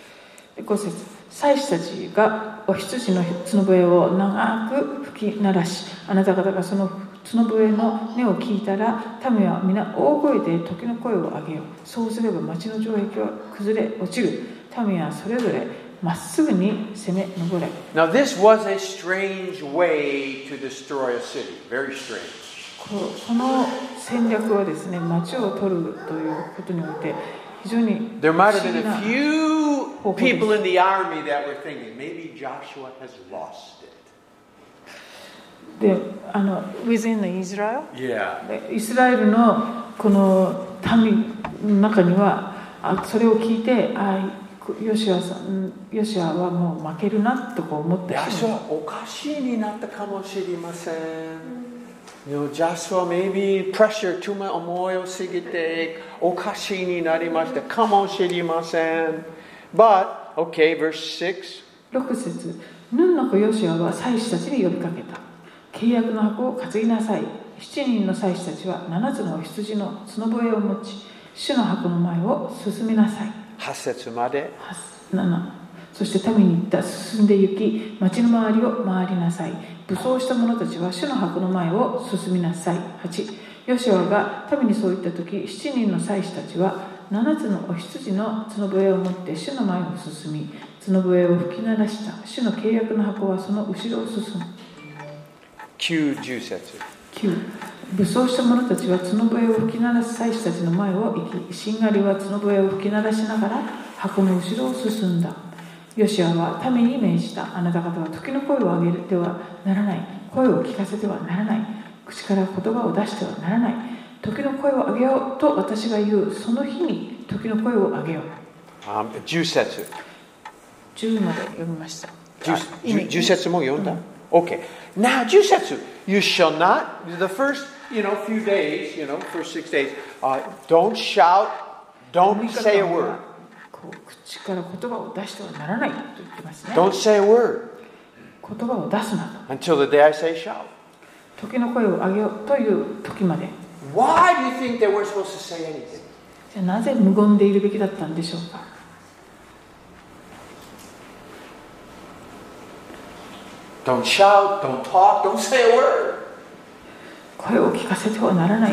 [SPEAKER 2] 7 5節祭司たちがお羊の角笛を長く吹き鳴らしあなた方がその角笛の音を聞いたら民は皆大声で時の声を上げようそうすれば町の城壁は崩れ落ちる民はそれぞれまっすぐに攻め上れ
[SPEAKER 1] Now, this was a strange way to destroy a city. Very strange.
[SPEAKER 2] ここの戦略はですね町を取るということにおいて非常に
[SPEAKER 1] There
[SPEAKER 2] 不思
[SPEAKER 1] might have
[SPEAKER 2] 議
[SPEAKER 1] been
[SPEAKER 2] な
[SPEAKER 1] a few
[SPEAKER 2] Oh, goodness.
[SPEAKER 1] people in the army that were thinking maybe Joshua has lost it.
[SPEAKER 2] であの within the Israel
[SPEAKER 1] Yeah.
[SPEAKER 2] でイスラエルのこの民の中にはあそれを聞いてあヨシュアさんヨシュアはもう負けるなとこう思った人も
[SPEAKER 1] Joshua, おかしいになったかもしれません。You know, Joshua, maybe pressure too much 思いを過ぎて、おかしいになりましたかもしれません。But, okay, verse 6.
[SPEAKER 2] 6節ヌンの子ヨシュアは祭司たちに呼びかけた契約の箱を担ぎなさい7人の祭司たちは7つのお羊の角笛を持ち主の箱の前を進みなさい
[SPEAKER 1] 8節まで。
[SPEAKER 2] 8 7そして民に言った進んで行き町の周りを回りなさい武装した者たちは主の箱の前を進みなさい8ヨシュアが民にそう言った時7人の祭司たちは7つのお羊の角笛を持って主の前を進み角笛を吹き鳴らした主の契約の箱はその後ろを進む
[SPEAKER 1] 90節
[SPEAKER 2] 9武装した者たちは角笛を吹き鳴らす祭司たちの前を行きしんがりは角笛を吹き鳴らしながら箱の後ろを進んだヨシアは民に命じたあなた方は時の声を上げてはならない声を聞かせてはならない口から言葉を出してはならない時の声を上げようと私が言うその日に時の声を上げよう
[SPEAKER 1] あ10節
[SPEAKER 2] 10まで読みました
[SPEAKER 1] 10
[SPEAKER 2] 意味
[SPEAKER 1] 10節も読んだ、?OK。Now, 10節 You shall not, the first you know, few days, you know, first six days, uh, don't shout, don't say a word.
[SPEAKER 2] こう口から言葉を出してはならないと言ってますね
[SPEAKER 1] Don't say a word
[SPEAKER 2] 言葉を出すなと
[SPEAKER 1] until the day I say shout.
[SPEAKER 2] 時の声を上げようという時まで
[SPEAKER 1] Why do you think they weren't supposed to say anything?
[SPEAKER 2] じゃあなぜ無言でいるべきだったんでしょうか
[SPEAKER 1] Don't shout, don't talk, don't say a word.
[SPEAKER 2] 声を聞かせてはならない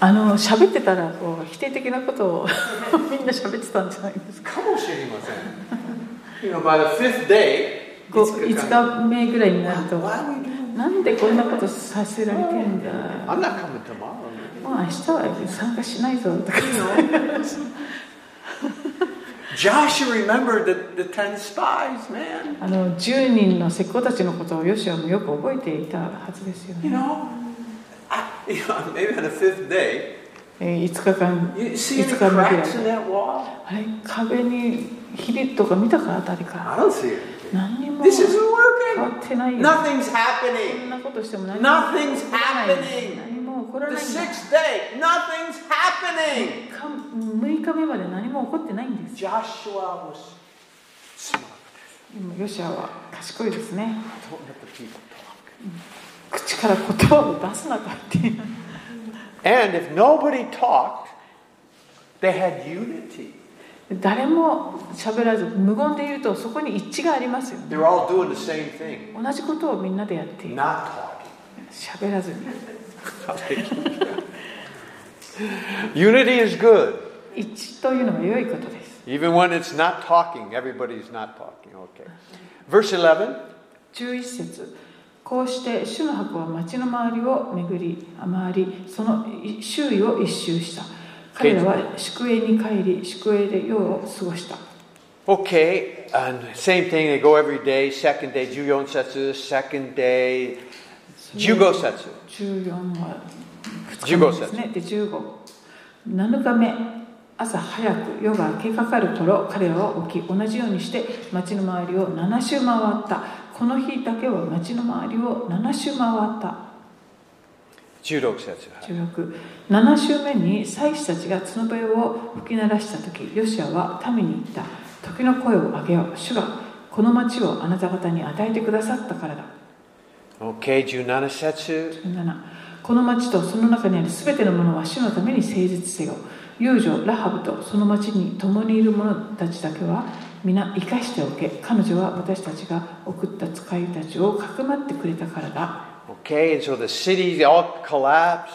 [SPEAKER 2] あの喋ってたらこう否定的なことを みんな喋ってたんじゃないです
[SPEAKER 1] か
[SPEAKER 2] か
[SPEAKER 1] もしれません。you know, by the fifth day,
[SPEAKER 2] こう
[SPEAKER 1] いつか
[SPEAKER 2] 5日目ぐらいになると
[SPEAKER 1] why are we doing
[SPEAKER 2] なんでこんなことさせられてんだ
[SPEAKER 1] I'm not coming tomorrow.
[SPEAKER 2] もう明日は参加しないぞとか
[SPEAKER 1] Joshua remembered the, the ten spies, man.
[SPEAKER 2] あの10人の石膏たちのことをヨシアもよく覚えていたはずですよ
[SPEAKER 1] You
[SPEAKER 2] ね、
[SPEAKER 1] know, I, you know maybe on the fifth day,
[SPEAKER 2] えー5日間
[SPEAKER 1] you see
[SPEAKER 2] 5
[SPEAKER 1] any
[SPEAKER 2] 日目ぐらい
[SPEAKER 1] cracks in that wall?
[SPEAKER 2] あれ壁にひびとか見たかあたりから
[SPEAKER 1] I don't see it.
[SPEAKER 2] 何にも
[SPEAKER 1] This
[SPEAKER 2] 変
[SPEAKER 1] isn't
[SPEAKER 2] わ
[SPEAKER 1] working.
[SPEAKER 2] ってないよ
[SPEAKER 1] Nothing's
[SPEAKER 2] こ
[SPEAKER 1] happening.
[SPEAKER 2] んなことしても何も
[SPEAKER 1] Nothing's
[SPEAKER 2] 起こらない
[SPEAKER 1] happening.
[SPEAKER 2] 何も起こら
[SPEAKER 1] The
[SPEAKER 2] ないんだ
[SPEAKER 1] sixth day, nothing's happening.
[SPEAKER 2] か6日目まで何も起こってないんです
[SPEAKER 1] Joshua was smart.
[SPEAKER 2] でもヨシアは賢いですね
[SPEAKER 1] Don't let the people talk.
[SPEAKER 2] 口から言葉を出すなと言って
[SPEAKER 1] And if nobody talked, they had unity.
[SPEAKER 2] 誰も喋らず無言で言うとそこに一致がありますよね
[SPEAKER 1] They're all doing the same thing,
[SPEAKER 2] 同じことをみんなでやっている
[SPEAKER 1] not talking.
[SPEAKER 2] 喋らずに
[SPEAKER 1] Unity is good,
[SPEAKER 2] 一致というのは良いことです
[SPEAKER 1] even when it's not talking. Everybody's not talking. Okay. Verse 11.
[SPEAKER 2] 11節こうして主の箱は町の周りを巡り回りその周囲を一周した彼らは宿営に帰り宿営で夜を過ごした
[SPEAKER 1] Okay, and same thing. They go every day. Second day, Juyon Setsu. Second day, Jugo Setsu.
[SPEAKER 2] 14は2日目ですねで15日目朝早く夜が明けかかる頃彼らは起き同じようにして町の周りを7周回ったこの日だけは町の周りを7周回った
[SPEAKER 1] 16 Setsu.
[SPEAKER 2] 7週目に祭司たちが角笛を吹き鳴らした時ヨシアは民に言った時の声を上げよう主がこの町をあなた方に与えてくださったからだ
[SPEAKER 1] Okay, Junana Setsu.
[SPEAKER 2] 17この町とその中にある全てのものは主のために誠実せよ遊女ラハブとその町に共にいる者たちだけは皆生かしておけ彼女は私たちが送った使いたちをかくまってくれたからだ
[SPEAKER 1] Okay, and so the cities all collapsed.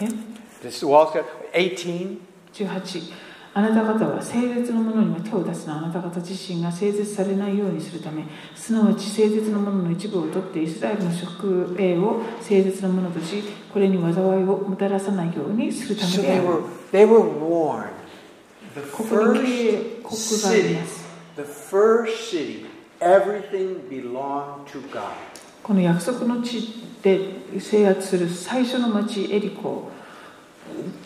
[SPEAKER 2] え
[SPEAKER 1] This wall 18.
[SPEAKER 2] 18あなた方は聖絶のものには手を出すなあなた方自身が聖絶されないようにするためすなわち聖絶のものの一部を取ってイスラエルの食営を聖絶のものとしこれに災いをもたらさないようにするた
[SPEAKER 1] So
[SPEAKER 2] め
[SPEAKER 1] they
[SPEAKER 2] である
[SPEAKER 1] were they were warned. The
[SPEAKER 2] ここに警告があり
[SPEAKER 1] city,
[SPEAKER 2] ます
[SPEAKER 1] the first city, everything belonged to God.
[SPEAKER 2] この約束の地で制圧する最初の町エリコ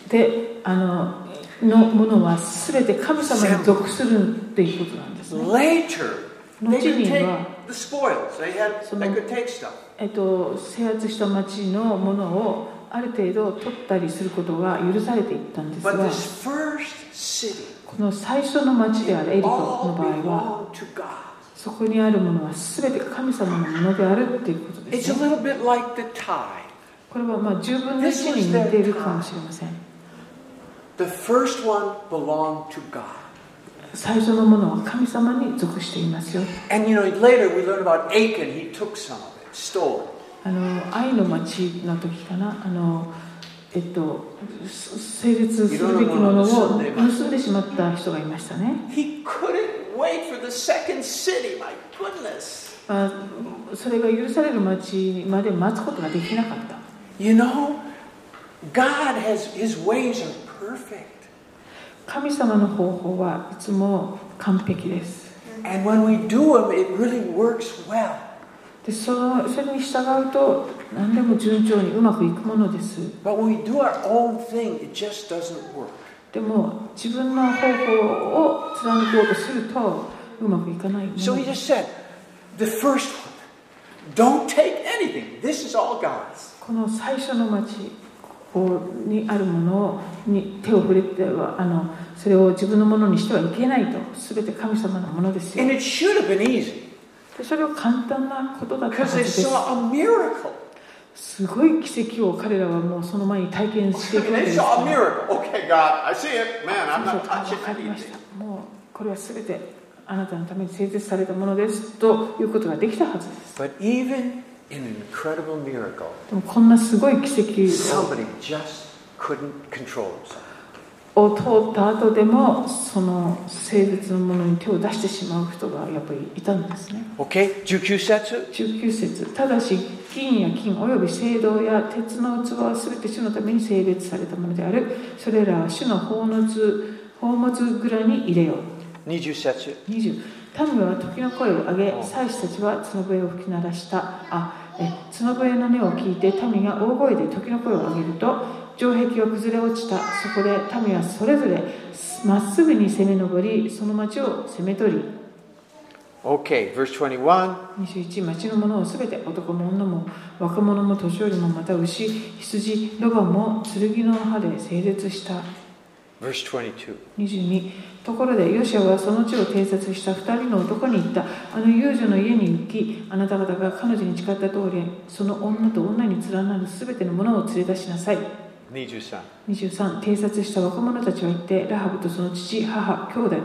[SPEAKER 2] であののものは全て神様に属するっていうことなんですね
[SPEAKER 1] Later, they could
[SPEAKER 2] 後には、
[SPEAKER 1] take the spoils. They had
[SPEAKER 2] その、
[SPEAKER 1] they could take stuff.
[SPEAKER 2] えっと、制圧した町のものをある程度取ったりすることが許されていったんですが
[SPEAKER 1] But this first city
[SPEAKER 2] この最初の町であるエリコ
[SPEAKER 1] all
[SPEAKER 2] の場合は
[SPEAKER 1] belonged to God.
[SPEAKER 2] そこにあるものは全て神様のものであるっていうことで
[SPEAKER 1] It's
[SPEAKER 2] す、
[SPEAKER 1] a
[SPEAKER 2] ね、
[SPEAKER 1] little bit like the tithe.
[SPEAKER 2] これはまあ10分の1に似ているかもしれません
[SPEAKER 1] The first one belonged to God.
[SPEAKER 2] え最初のものは神様に属していますよ
[SPEAKER 1] And you know, later we learn about Achan. He took some of it, stole
[SPEAKER 2] あの愛の町の時かなあのえっとす成立するべきものを盗んでしまった人がいましたね
[SPEAKER 1] it. He couldn't wait for the second city. My goodness.
[SPEAKER 2] あそれが許される町まで待つことができなかった
[SPEAKER 1] You know, God has His ways are perfect,
[SPEAKER 2] 神様の方法はいつも完璧です
[SPEAKER 1] and when we do them, it really works well.
[SPEAKER 2] でそのそれに従うと何でも順調にうまくいくものです
[SPEAKER 1] But when we do our own thing, it just doesn't work.
[SPEAKER 2] でも自分の方法を貫こうとするとうまくいかないもの
[SPEAKER 1] So He just said, the first one, don't take anything. This is all God's.
[SPEAKER 2] この最初の町ここにあるものをに手を触れてはあのそれを自分のものにしてはいけないと全て神様のものですよ
[SPEAKER 1] And it should have been easy
[SPEAKER 2] でそれは簡単なことだった
[SPEAKER 1] because
[SPEAKER 2] はずで
[SPEAKER 1] they
[SPEAKER 2] す
[SPEAKER 1] saw a miracle.
[SPEAKER 2] すごい奇跡を彼らはもうその前に体験してい
[SPEAKER 1] I
[SPEAKER 2] く
[SPEAKER 1] mean,
[SPEAKER 2] わけで
[SPEAKER 1] they
[SPEAKER 2] すから
[SPEAKER 1] saw a miracle. Okay, God, I see it. Man,
[SPEAKER 2] そ
[SPEAKER 1] I'm
[SPEAKER 2] うそう
[SPEAKER 1] not
[SPEAKER 2] あ
[SPEAKER 1] touching
[SPEAKER 2] 分かりまし
[SPEAKER 1] anything.
[SPEAKER 2] たもうこれは全てあなたのために製絶されたものですということができたはずです
[SPEAKER 1] But even in an incredible miracle,
[SPEAKER 2] でもこんなすごい奇跡
[SPEAKER 1] somebody just couldn't control himself.
[SPEAKER 2] を通った後でもその生物のものに手を出してしまう人がやっぱりいたんですね
[SPEAKER 1] Okay, 19節
[SPEAKER 2] 19節ただし金や金および青銅や鉄の器は全て主のために性別されたものであるそれらは主の宝物宝物蔵に入れよ
[SPEAKER 1] 20節
[SPEAKER 2] 20民は時の声を上げ祭司たちは角笛を吹き鳴らしたあえ角笛の音を聞いて民が大声で時の声を上げると城壁は崩れ落ちたそこで民はそれぞれまっすぐに攻め上りその町を攻め取り
[SPEAKER 1] Okay, verse 21.
[SPEAKER 2] 21町のものをすべて男も女も若者も年寄りもまた牛羊ロバも剣の刃で整列した
[SPEAKER 1] Verse 22.
[SPEAKER 2] 22ところでヨシアはその地を偵察した2人の男に言ったあの遊女の家に行きあなた方が彼女に誓った通りその女と女に連なるすべてのものを連れ出しなさい
[SPEAKER 1] 23.
[SPEAKER 2] 23偵察した若者たちは行ってラハブとその父母兄弟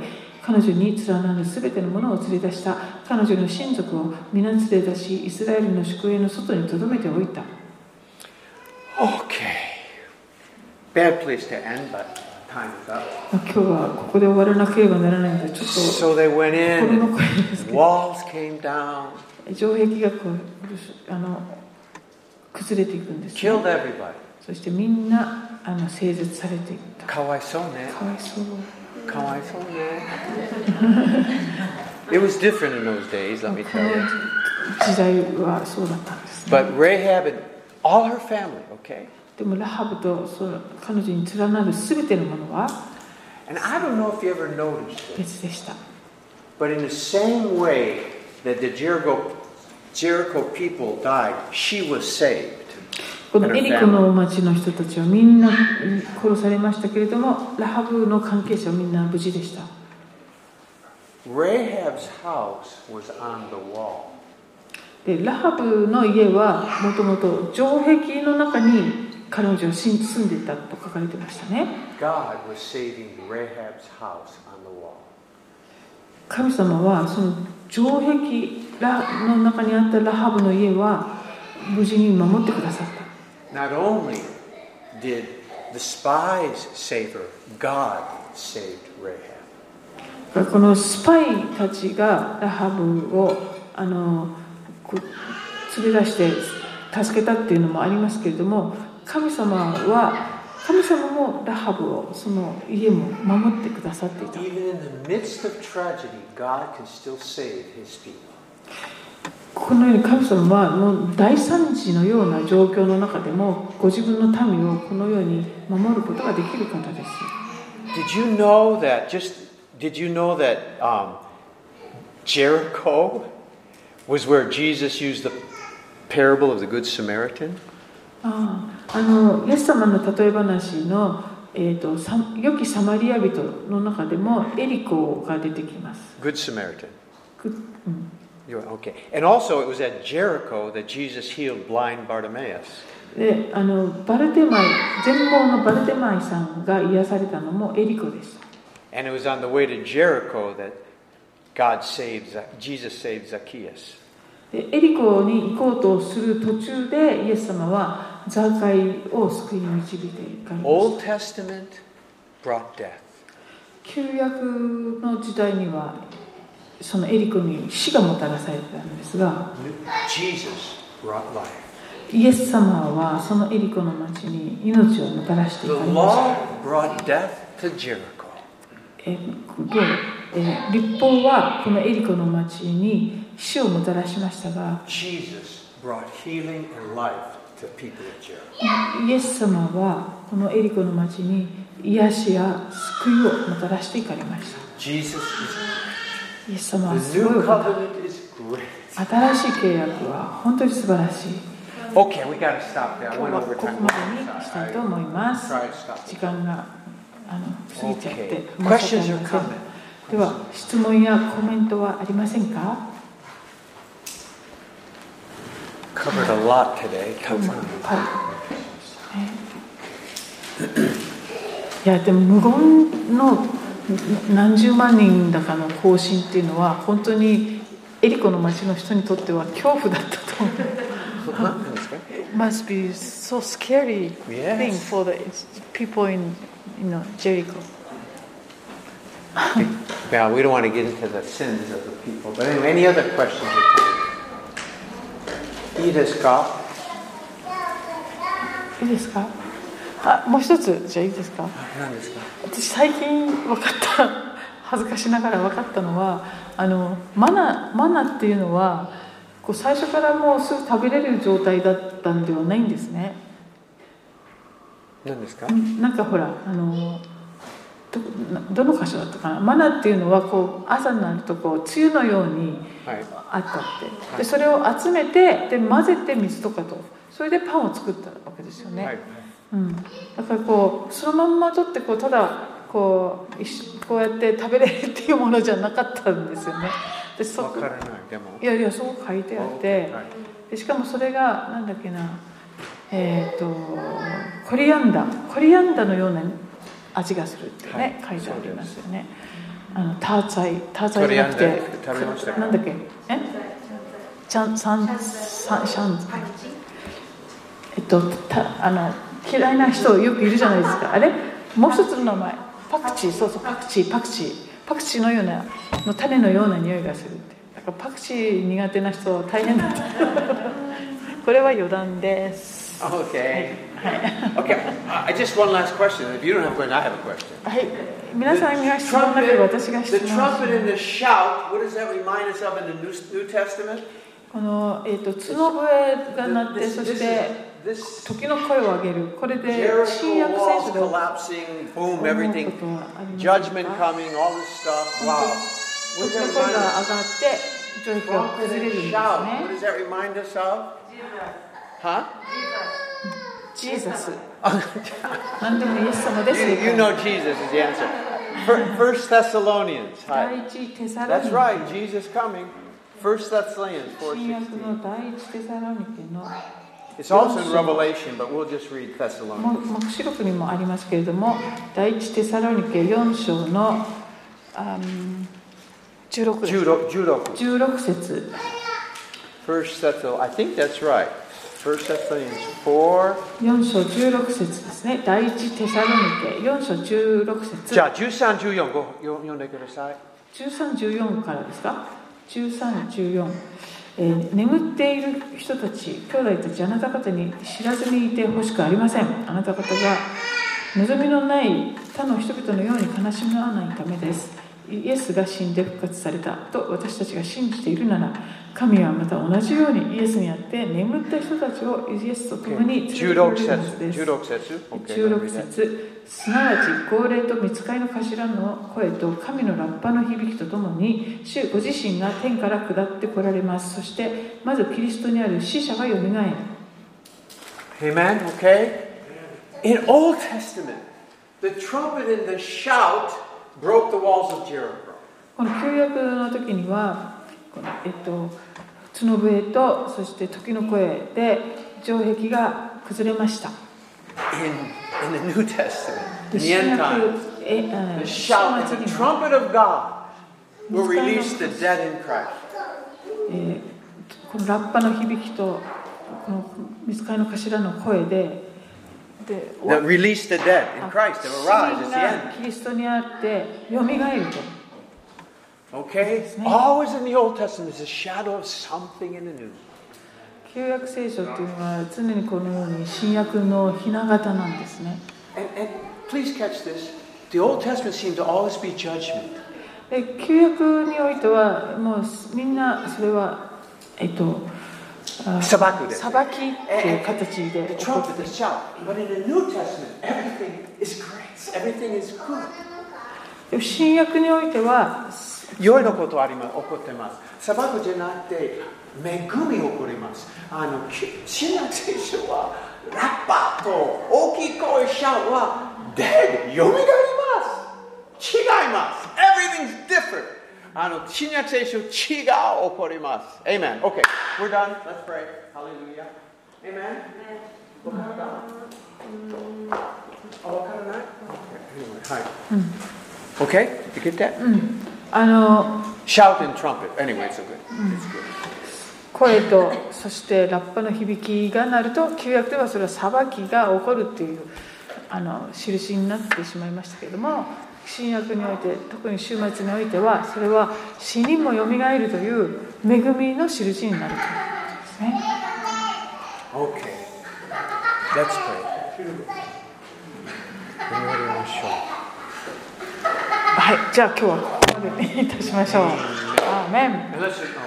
[SPEAKER 2] 彼女に連なるすべてのものを連れ出した彼女の親族を皆連れ出しイスラエルの宿営の外に留めておいた
[SPEAKER 1] Okay. Bad place to end, but time is up.
[SPEAKER 2] まあ今日はここで終わらなければならないのでちょっと
[SPEAKER 1] So they went
[SPEAKER 2] 心
[SPEAKER 1] in,
[SPEAKER 2] の声ですけ
[SPEAKER 1] and
[SPEAKER 2] ど
[SPEAKER 1] walls came down,
[SPEAKER 2] 城壁がこうあの崩れていくんです、ね、
[SPEAKER 1] killed everybody.
[SPEAKER 2] そしてみんなあの整絶されていったか
[SPEAKER 1] かわいそうね。
[SPEAKER 2] わいそう
[SPEAKER 1] It was different in those days,
[SPEAKER 2] こ
[SPEAKER 1] let
[SPEAKER 2] の
[SPEAKER 1] me tell you.
[SPEAKER 2] 時代はそうだったんです、ね、
[SPEAKER 1] But Rahab and all her family, okay?
[SPEAKER 2] でもラハブとその彼女に連なる全てのものは
[SPEAKER 1] And I don't know if you ever noticed it,
[SPEAKER 2] 別でした
[SPEAKER 1] but in the same way that the Jericho, Jericho people died, she was saved.
[SPEAKER 2] このエリコの町の人たちはみんなうん殺されましたけれどもラハブの関係者はみんな無事でした
[SPEAKER 1] Rahab's house was on the wall.
[SPEAKER 2] でラハブの家はもともと城壁の中に彼女は住んでいたと書かれてましたね
[SPEAKER 1] God was saving Rahab's house on the wall.
[SPEAKER 2] 神様はその城壁らの中にあったラハブの家は無事に守ってくださった
[SPEAKER 1] Not only did the spies save her, God saved Rahab.
[SPEAKER 2] だからこのスパイたちがラハブをあのこう連れ出して助けたっていうのもありますけれども神様は神様もラハブをその家も守ってくださっていた
[SPEAKER 1] Even in the midst of tragedy, God can still save his people.
[SPEAKER 2] このように神様はもう大惨事のような状況の中でもご自分の民をこのように守ることができる方です
[SPEAKER 1] Did you know that just did you know that um, Jericho was where Jesus used the parable of the good Samaritan?
[SPEAKER 2] あああのイエス様の例え話の、えー、とさ良きサマリア人の中でもエリコが出てきます。
[SPEAKER 1] Good Samaritan.
[SPEAKER 2] くうん
[SPEAKER 1] You're, okay. And also it was at Jericho that Jesus healed blind Bartimaeus.
[SPEAKER 2] であのバルテマイ全盲のバルテマイさんが癒されたのもエリコでした。
[SPEAKER 1] And it was on the way to Jericho that God saved, Zac- Jesus saved Zacchaeus.
[SPEAKER 2] でエリコに行こうとする途中でイエス様はザーカイを救いに導いていかれました
[SPEAKER 1] Old Testament brought death.
[SPEAKER 2] 旧約の時代にはそのエリコに死がもたらされてたんですが
[SPEAKER 1] Jesus brought life.
[SPEAKER 2] イエス様はそのエリコの町に命をもたらしてい
[SPEAKER 1] The
[SPEAKER 2] かれました
[SPEAKER 1] law brought death to Jericho.
[SPEAKER 2] えーでえー立法はこのエリコの町に死をもたらしましたが
[SPEAKER 1] Jesus brought healing and life to people of Jericho.
[SPEAKER 2] イエス様はこのエリコの町に癒しや救いをもたらしていかれました
[SPEAKER 1] Jesus is
[SPEAKER 2] イエス様は
[SPEAKER 1] the
[SPEAKER 2] すごいお
[SPEAKER 1] new
[SPEAKER 2] 方
[SPEAKER 1] covenant is great.
[SPEAKER 2] 新しい契約は本当に素晴らしい
[SPEAKER 1] Okay, we gotta stop there. I
[SPEAKER 2] 今
[SPEAKER 1] went
[SPEAKER 2] 日は
[SPEAKER 1] over
[SPEAKER 2] ここま
[SPEAKER 1] time.
[SPEAKER 2] でにしたいと
[SPEAKER 1] I
[SPEAKER 2] 思います
[SPEAKER 1] tried to stop.
[SPEAKER 2] 時間があの過ぎちゃって
[SPEAKER 1] Okay.
[SPEAKER 2] 申し
[SPEAKER 1] Questions or
[SPEAKER 2] 訳ありま
[SPEAKER 1] comments?
[SPEAKER 2] せんでは質問やコメントはありませんか
[SPEAKER 1] Covered a lot today.
[SPEAKER 2] はい。いやでも無言の何十万人だかの行進っていうのは本当にエリコの町の人にとっては恐怖だったと思う。Must be so scary thing
[SPEAKER 1] Yes.
[SPEAKER 2] for the people in you know, Jericho.
[SPEAKER 1] Now, we don't want to get into the sins of the people, but anyway, any other questions or comments? Eat his cough.
[SPEAKER 2] いいですかあもう一つじゃあいいですか私最近分かった恥ずかしながら分かったのはあのマナマナっていうのはこう最初からもうすぐ食べれる状態だったんではないんですねなんかほらあのどなどの箇所だったかなマナっていうのはこう朝になるとこう梅雨のように
[SPEAKER 1] はい
[SPEAKER 2] あったって、でそれを集めてで混ぜて水とかとそれでパンを作ったわけですよね、うん、だからこうそのまんま取ってこうただこう一緒こうやって食べれるっていうものじゃなかったんですよねでそこいやいやそう書いてあってでしかもそれがなんだっけなえっ、とコリアンダーコリアンダーのような味がするってね、
[SPEAKER 1] は
[SPEAKER 2] 書
[SPEAKER 1] い
[SPEAKER 2] いてありますよねあのターツァイターツァイじゃなく
[SPEAKER 1] コリアン
[SPEAKER 2] て
[SPEAKER 1] ダー食べましたか
[SPEAKER 2] なんだっけえチャンサンサンシャンえっとたあの嫌いな人よくいるじゃないですかあれもう一つの名前パクチーそうそうパクチーパクチーパクチーのようなの種のような匂いがするってだからパクチー苦手な人は大変だって これは余談です
[SPEAKER 1] Okay. Okay. I I just one last question. If you don't have a question, I have a question.
[SPEAKER 2] はい皆さんが質問なければ私が質
[SPEAKER 1] the
[SPEAKER 2] 問します
[SPEAKER 1] trumpet and the shout, what does that remind us of in the New, New Testament?
[SPEAKER 2] この、えっと角笛が鳴ってそ
[SPEAKER 1] this,
[SPEAKER 2] し
[SPEAKER 1] this,
[SPEAKER 2] て
[SPEAKER 1] this,
[SPEAKER 2] 時の声を上げるこれで
[SPEAKER 1] Jericho
[SPEAKER 2] 新約聖
[SPEAKER 1] walls
[SPEAKER 2] 書で思うこ
[SPEAKER 1] collapsing, boom,
[SPEAKER 2] とはありま
[SPEAKER 1] everything,
[SPEAKER 2] すか
[SPEAKER 1] judgment coming, all this stuff. Wow. What
[SPEAKER 2] 時の
[SPEAKER 1] does
[SPEAKER 2] 声が
[SPEAKER 1] that
[SPEAKER 2] 上
[SPEAKER 1] remind
[SPEAKER 2] が
[SPEAKER 1] us
[SPEAKER 2] ってジョイフが
[SPEAKER 1] Trumpet
[SPEAKER 2] 崩れ
[SPEAKER 1] and
[SPEAKER 2] るんですね
[SPEAKER 1] shout. What does that remind us of? Huh?
[SPEAKER 2] ジーザス何でもイエス様です
[SPEAKER 1] You,
[SPEAKER 2] よ
[SPEAKER 1] you know Jesus is the answer. Fir- First Thessalonians. Hi.
[SPEAKER 2] 第一テサロ
[SPEAKER 1] That's
[SPEAKER 2] ニケ
[SPEAKER 1] right. Jesus coming. First Thessalonians
[SPEAKER 2] 新約
[SPEAKER 1] 4:16.
[SPEAKER 2] の第一テサロニケの
[SPEAKER 1] It's also in Revelation, but we'll just read Thessalonians.
[SPEAKER 2] も黙示録にもありますけれども第一テサロニケ4章のあん16です
[SPEAKER 1] Judo, judo.
[SPEAKER 2] 16節
[SPEAKER 1] First Thessalonians. I think that's right. First Thessalonians 4.
[SPEAKER 2] 4章16節ですね第一テサロニケ4章16節
[SPEAKER 1] じゃあ13、14、読んでください。
[SPEAKER 2] 1314からですか1314、えー眠っている人たち兄弟たちあなた方に知らずにいてほしくありませんあなた方が望みのない他の人々のように悲しみのないためですイエスが死んで復活されたと私たちが信じているなら神はまた同じようにイエスにあって眠った人たちをイエスと共に連れてくれるのです16
[SPEAKER 1] 16節。16節。Okay.
[SPEAKER 2] 節すなわち号令と見つかりの頭の声と神のラッパの響きとともに主ご自身が天から下ってこられますそしてまずキリストにある死者がよみがえる
[SPEAKER 1] Amen. Okay. In Old Testament, the trumpet and the shout broke the walls of Jericho.
[SPEAKER 2] この旧約の時にはこのえっと角笛とそして時の声で城壁が崩れました
[SPEAKER 1] In in the New Testament, in the
[SPEAKER 2] で新
[SPEAKER 1] end
[SPEAKER 2] 約
[SPEAKER 1] times,
[SPEAKER 2] ええうん
[SPEAKER 1] The shout and the trumpet of God will release the dead in Christ.
[SPEAKER 2] えーこのラッパの響きとこの見つかりの頭の声でで
[SPEAKER 1] That release the dead in
[SPEAKER 2] あ
[SPEAKER 1] Christ. They'll arise at
[SPEAKER 2] 死人が
[SPEAKER 1] the end.
[SPEAKER 2] キリストにあってよみがえると
[SPEAKER 1] Okay? Always in the Old Testament is a shadow of something in the New.
[SPEAKER 2] 旧約聖書っていうのは常にこのように新約のひな形なんですね
[SPEAKER 1] And, and please catch this. The Old Testament seemed to always be judgment.
[SPEAKER 2] で旧約においてはもうみんなそれはえっとあ
[SPEAKER 1] 砂漠です
[SPEAKER 2] 裁きっていう形で
[SPEAKER 1] The
[SPEAKER 2] 起こ
[SPEAKER 1] trumpet, the shout. But in the New Testament, everything is grace. Everything is good.
[SPEAKER 2] る新約においては
[SPEAKER 1] 良いのことあります起こってます。砂漠じゃなくて、恵み起こります。あの、き新約聖書は、ラッパーと大きい声シャウは、dead、蘇ります。違います。Everything's different. あの、新約聖書、違う起こります。Amen. Okay, we're done. Let's pray. Hallelujah. Amen. わかるかなあ、わからない Okay, anyway, はい。Okay? You get that?
[SPEAKER 2] あの
[SPEAKER 1] Shout and trumpet. Anyway, it's okay. It's good.
[SPEAKER 2] 声とそしてラッパの響きが鳴ると旧約ではそれは裁きが起こるっていうあの印になってしまいましたけれども新約において特に終末においてはそれは死人もよみがえるという恵みの印になるということですね。
[SPEAKER 1] Okay. Let's pray. Glory and shout.
[SPEAKER 2] はい、じゃあ今日はここまでにいたしましょう。アーメン
[SPEAKER 1] And let's just-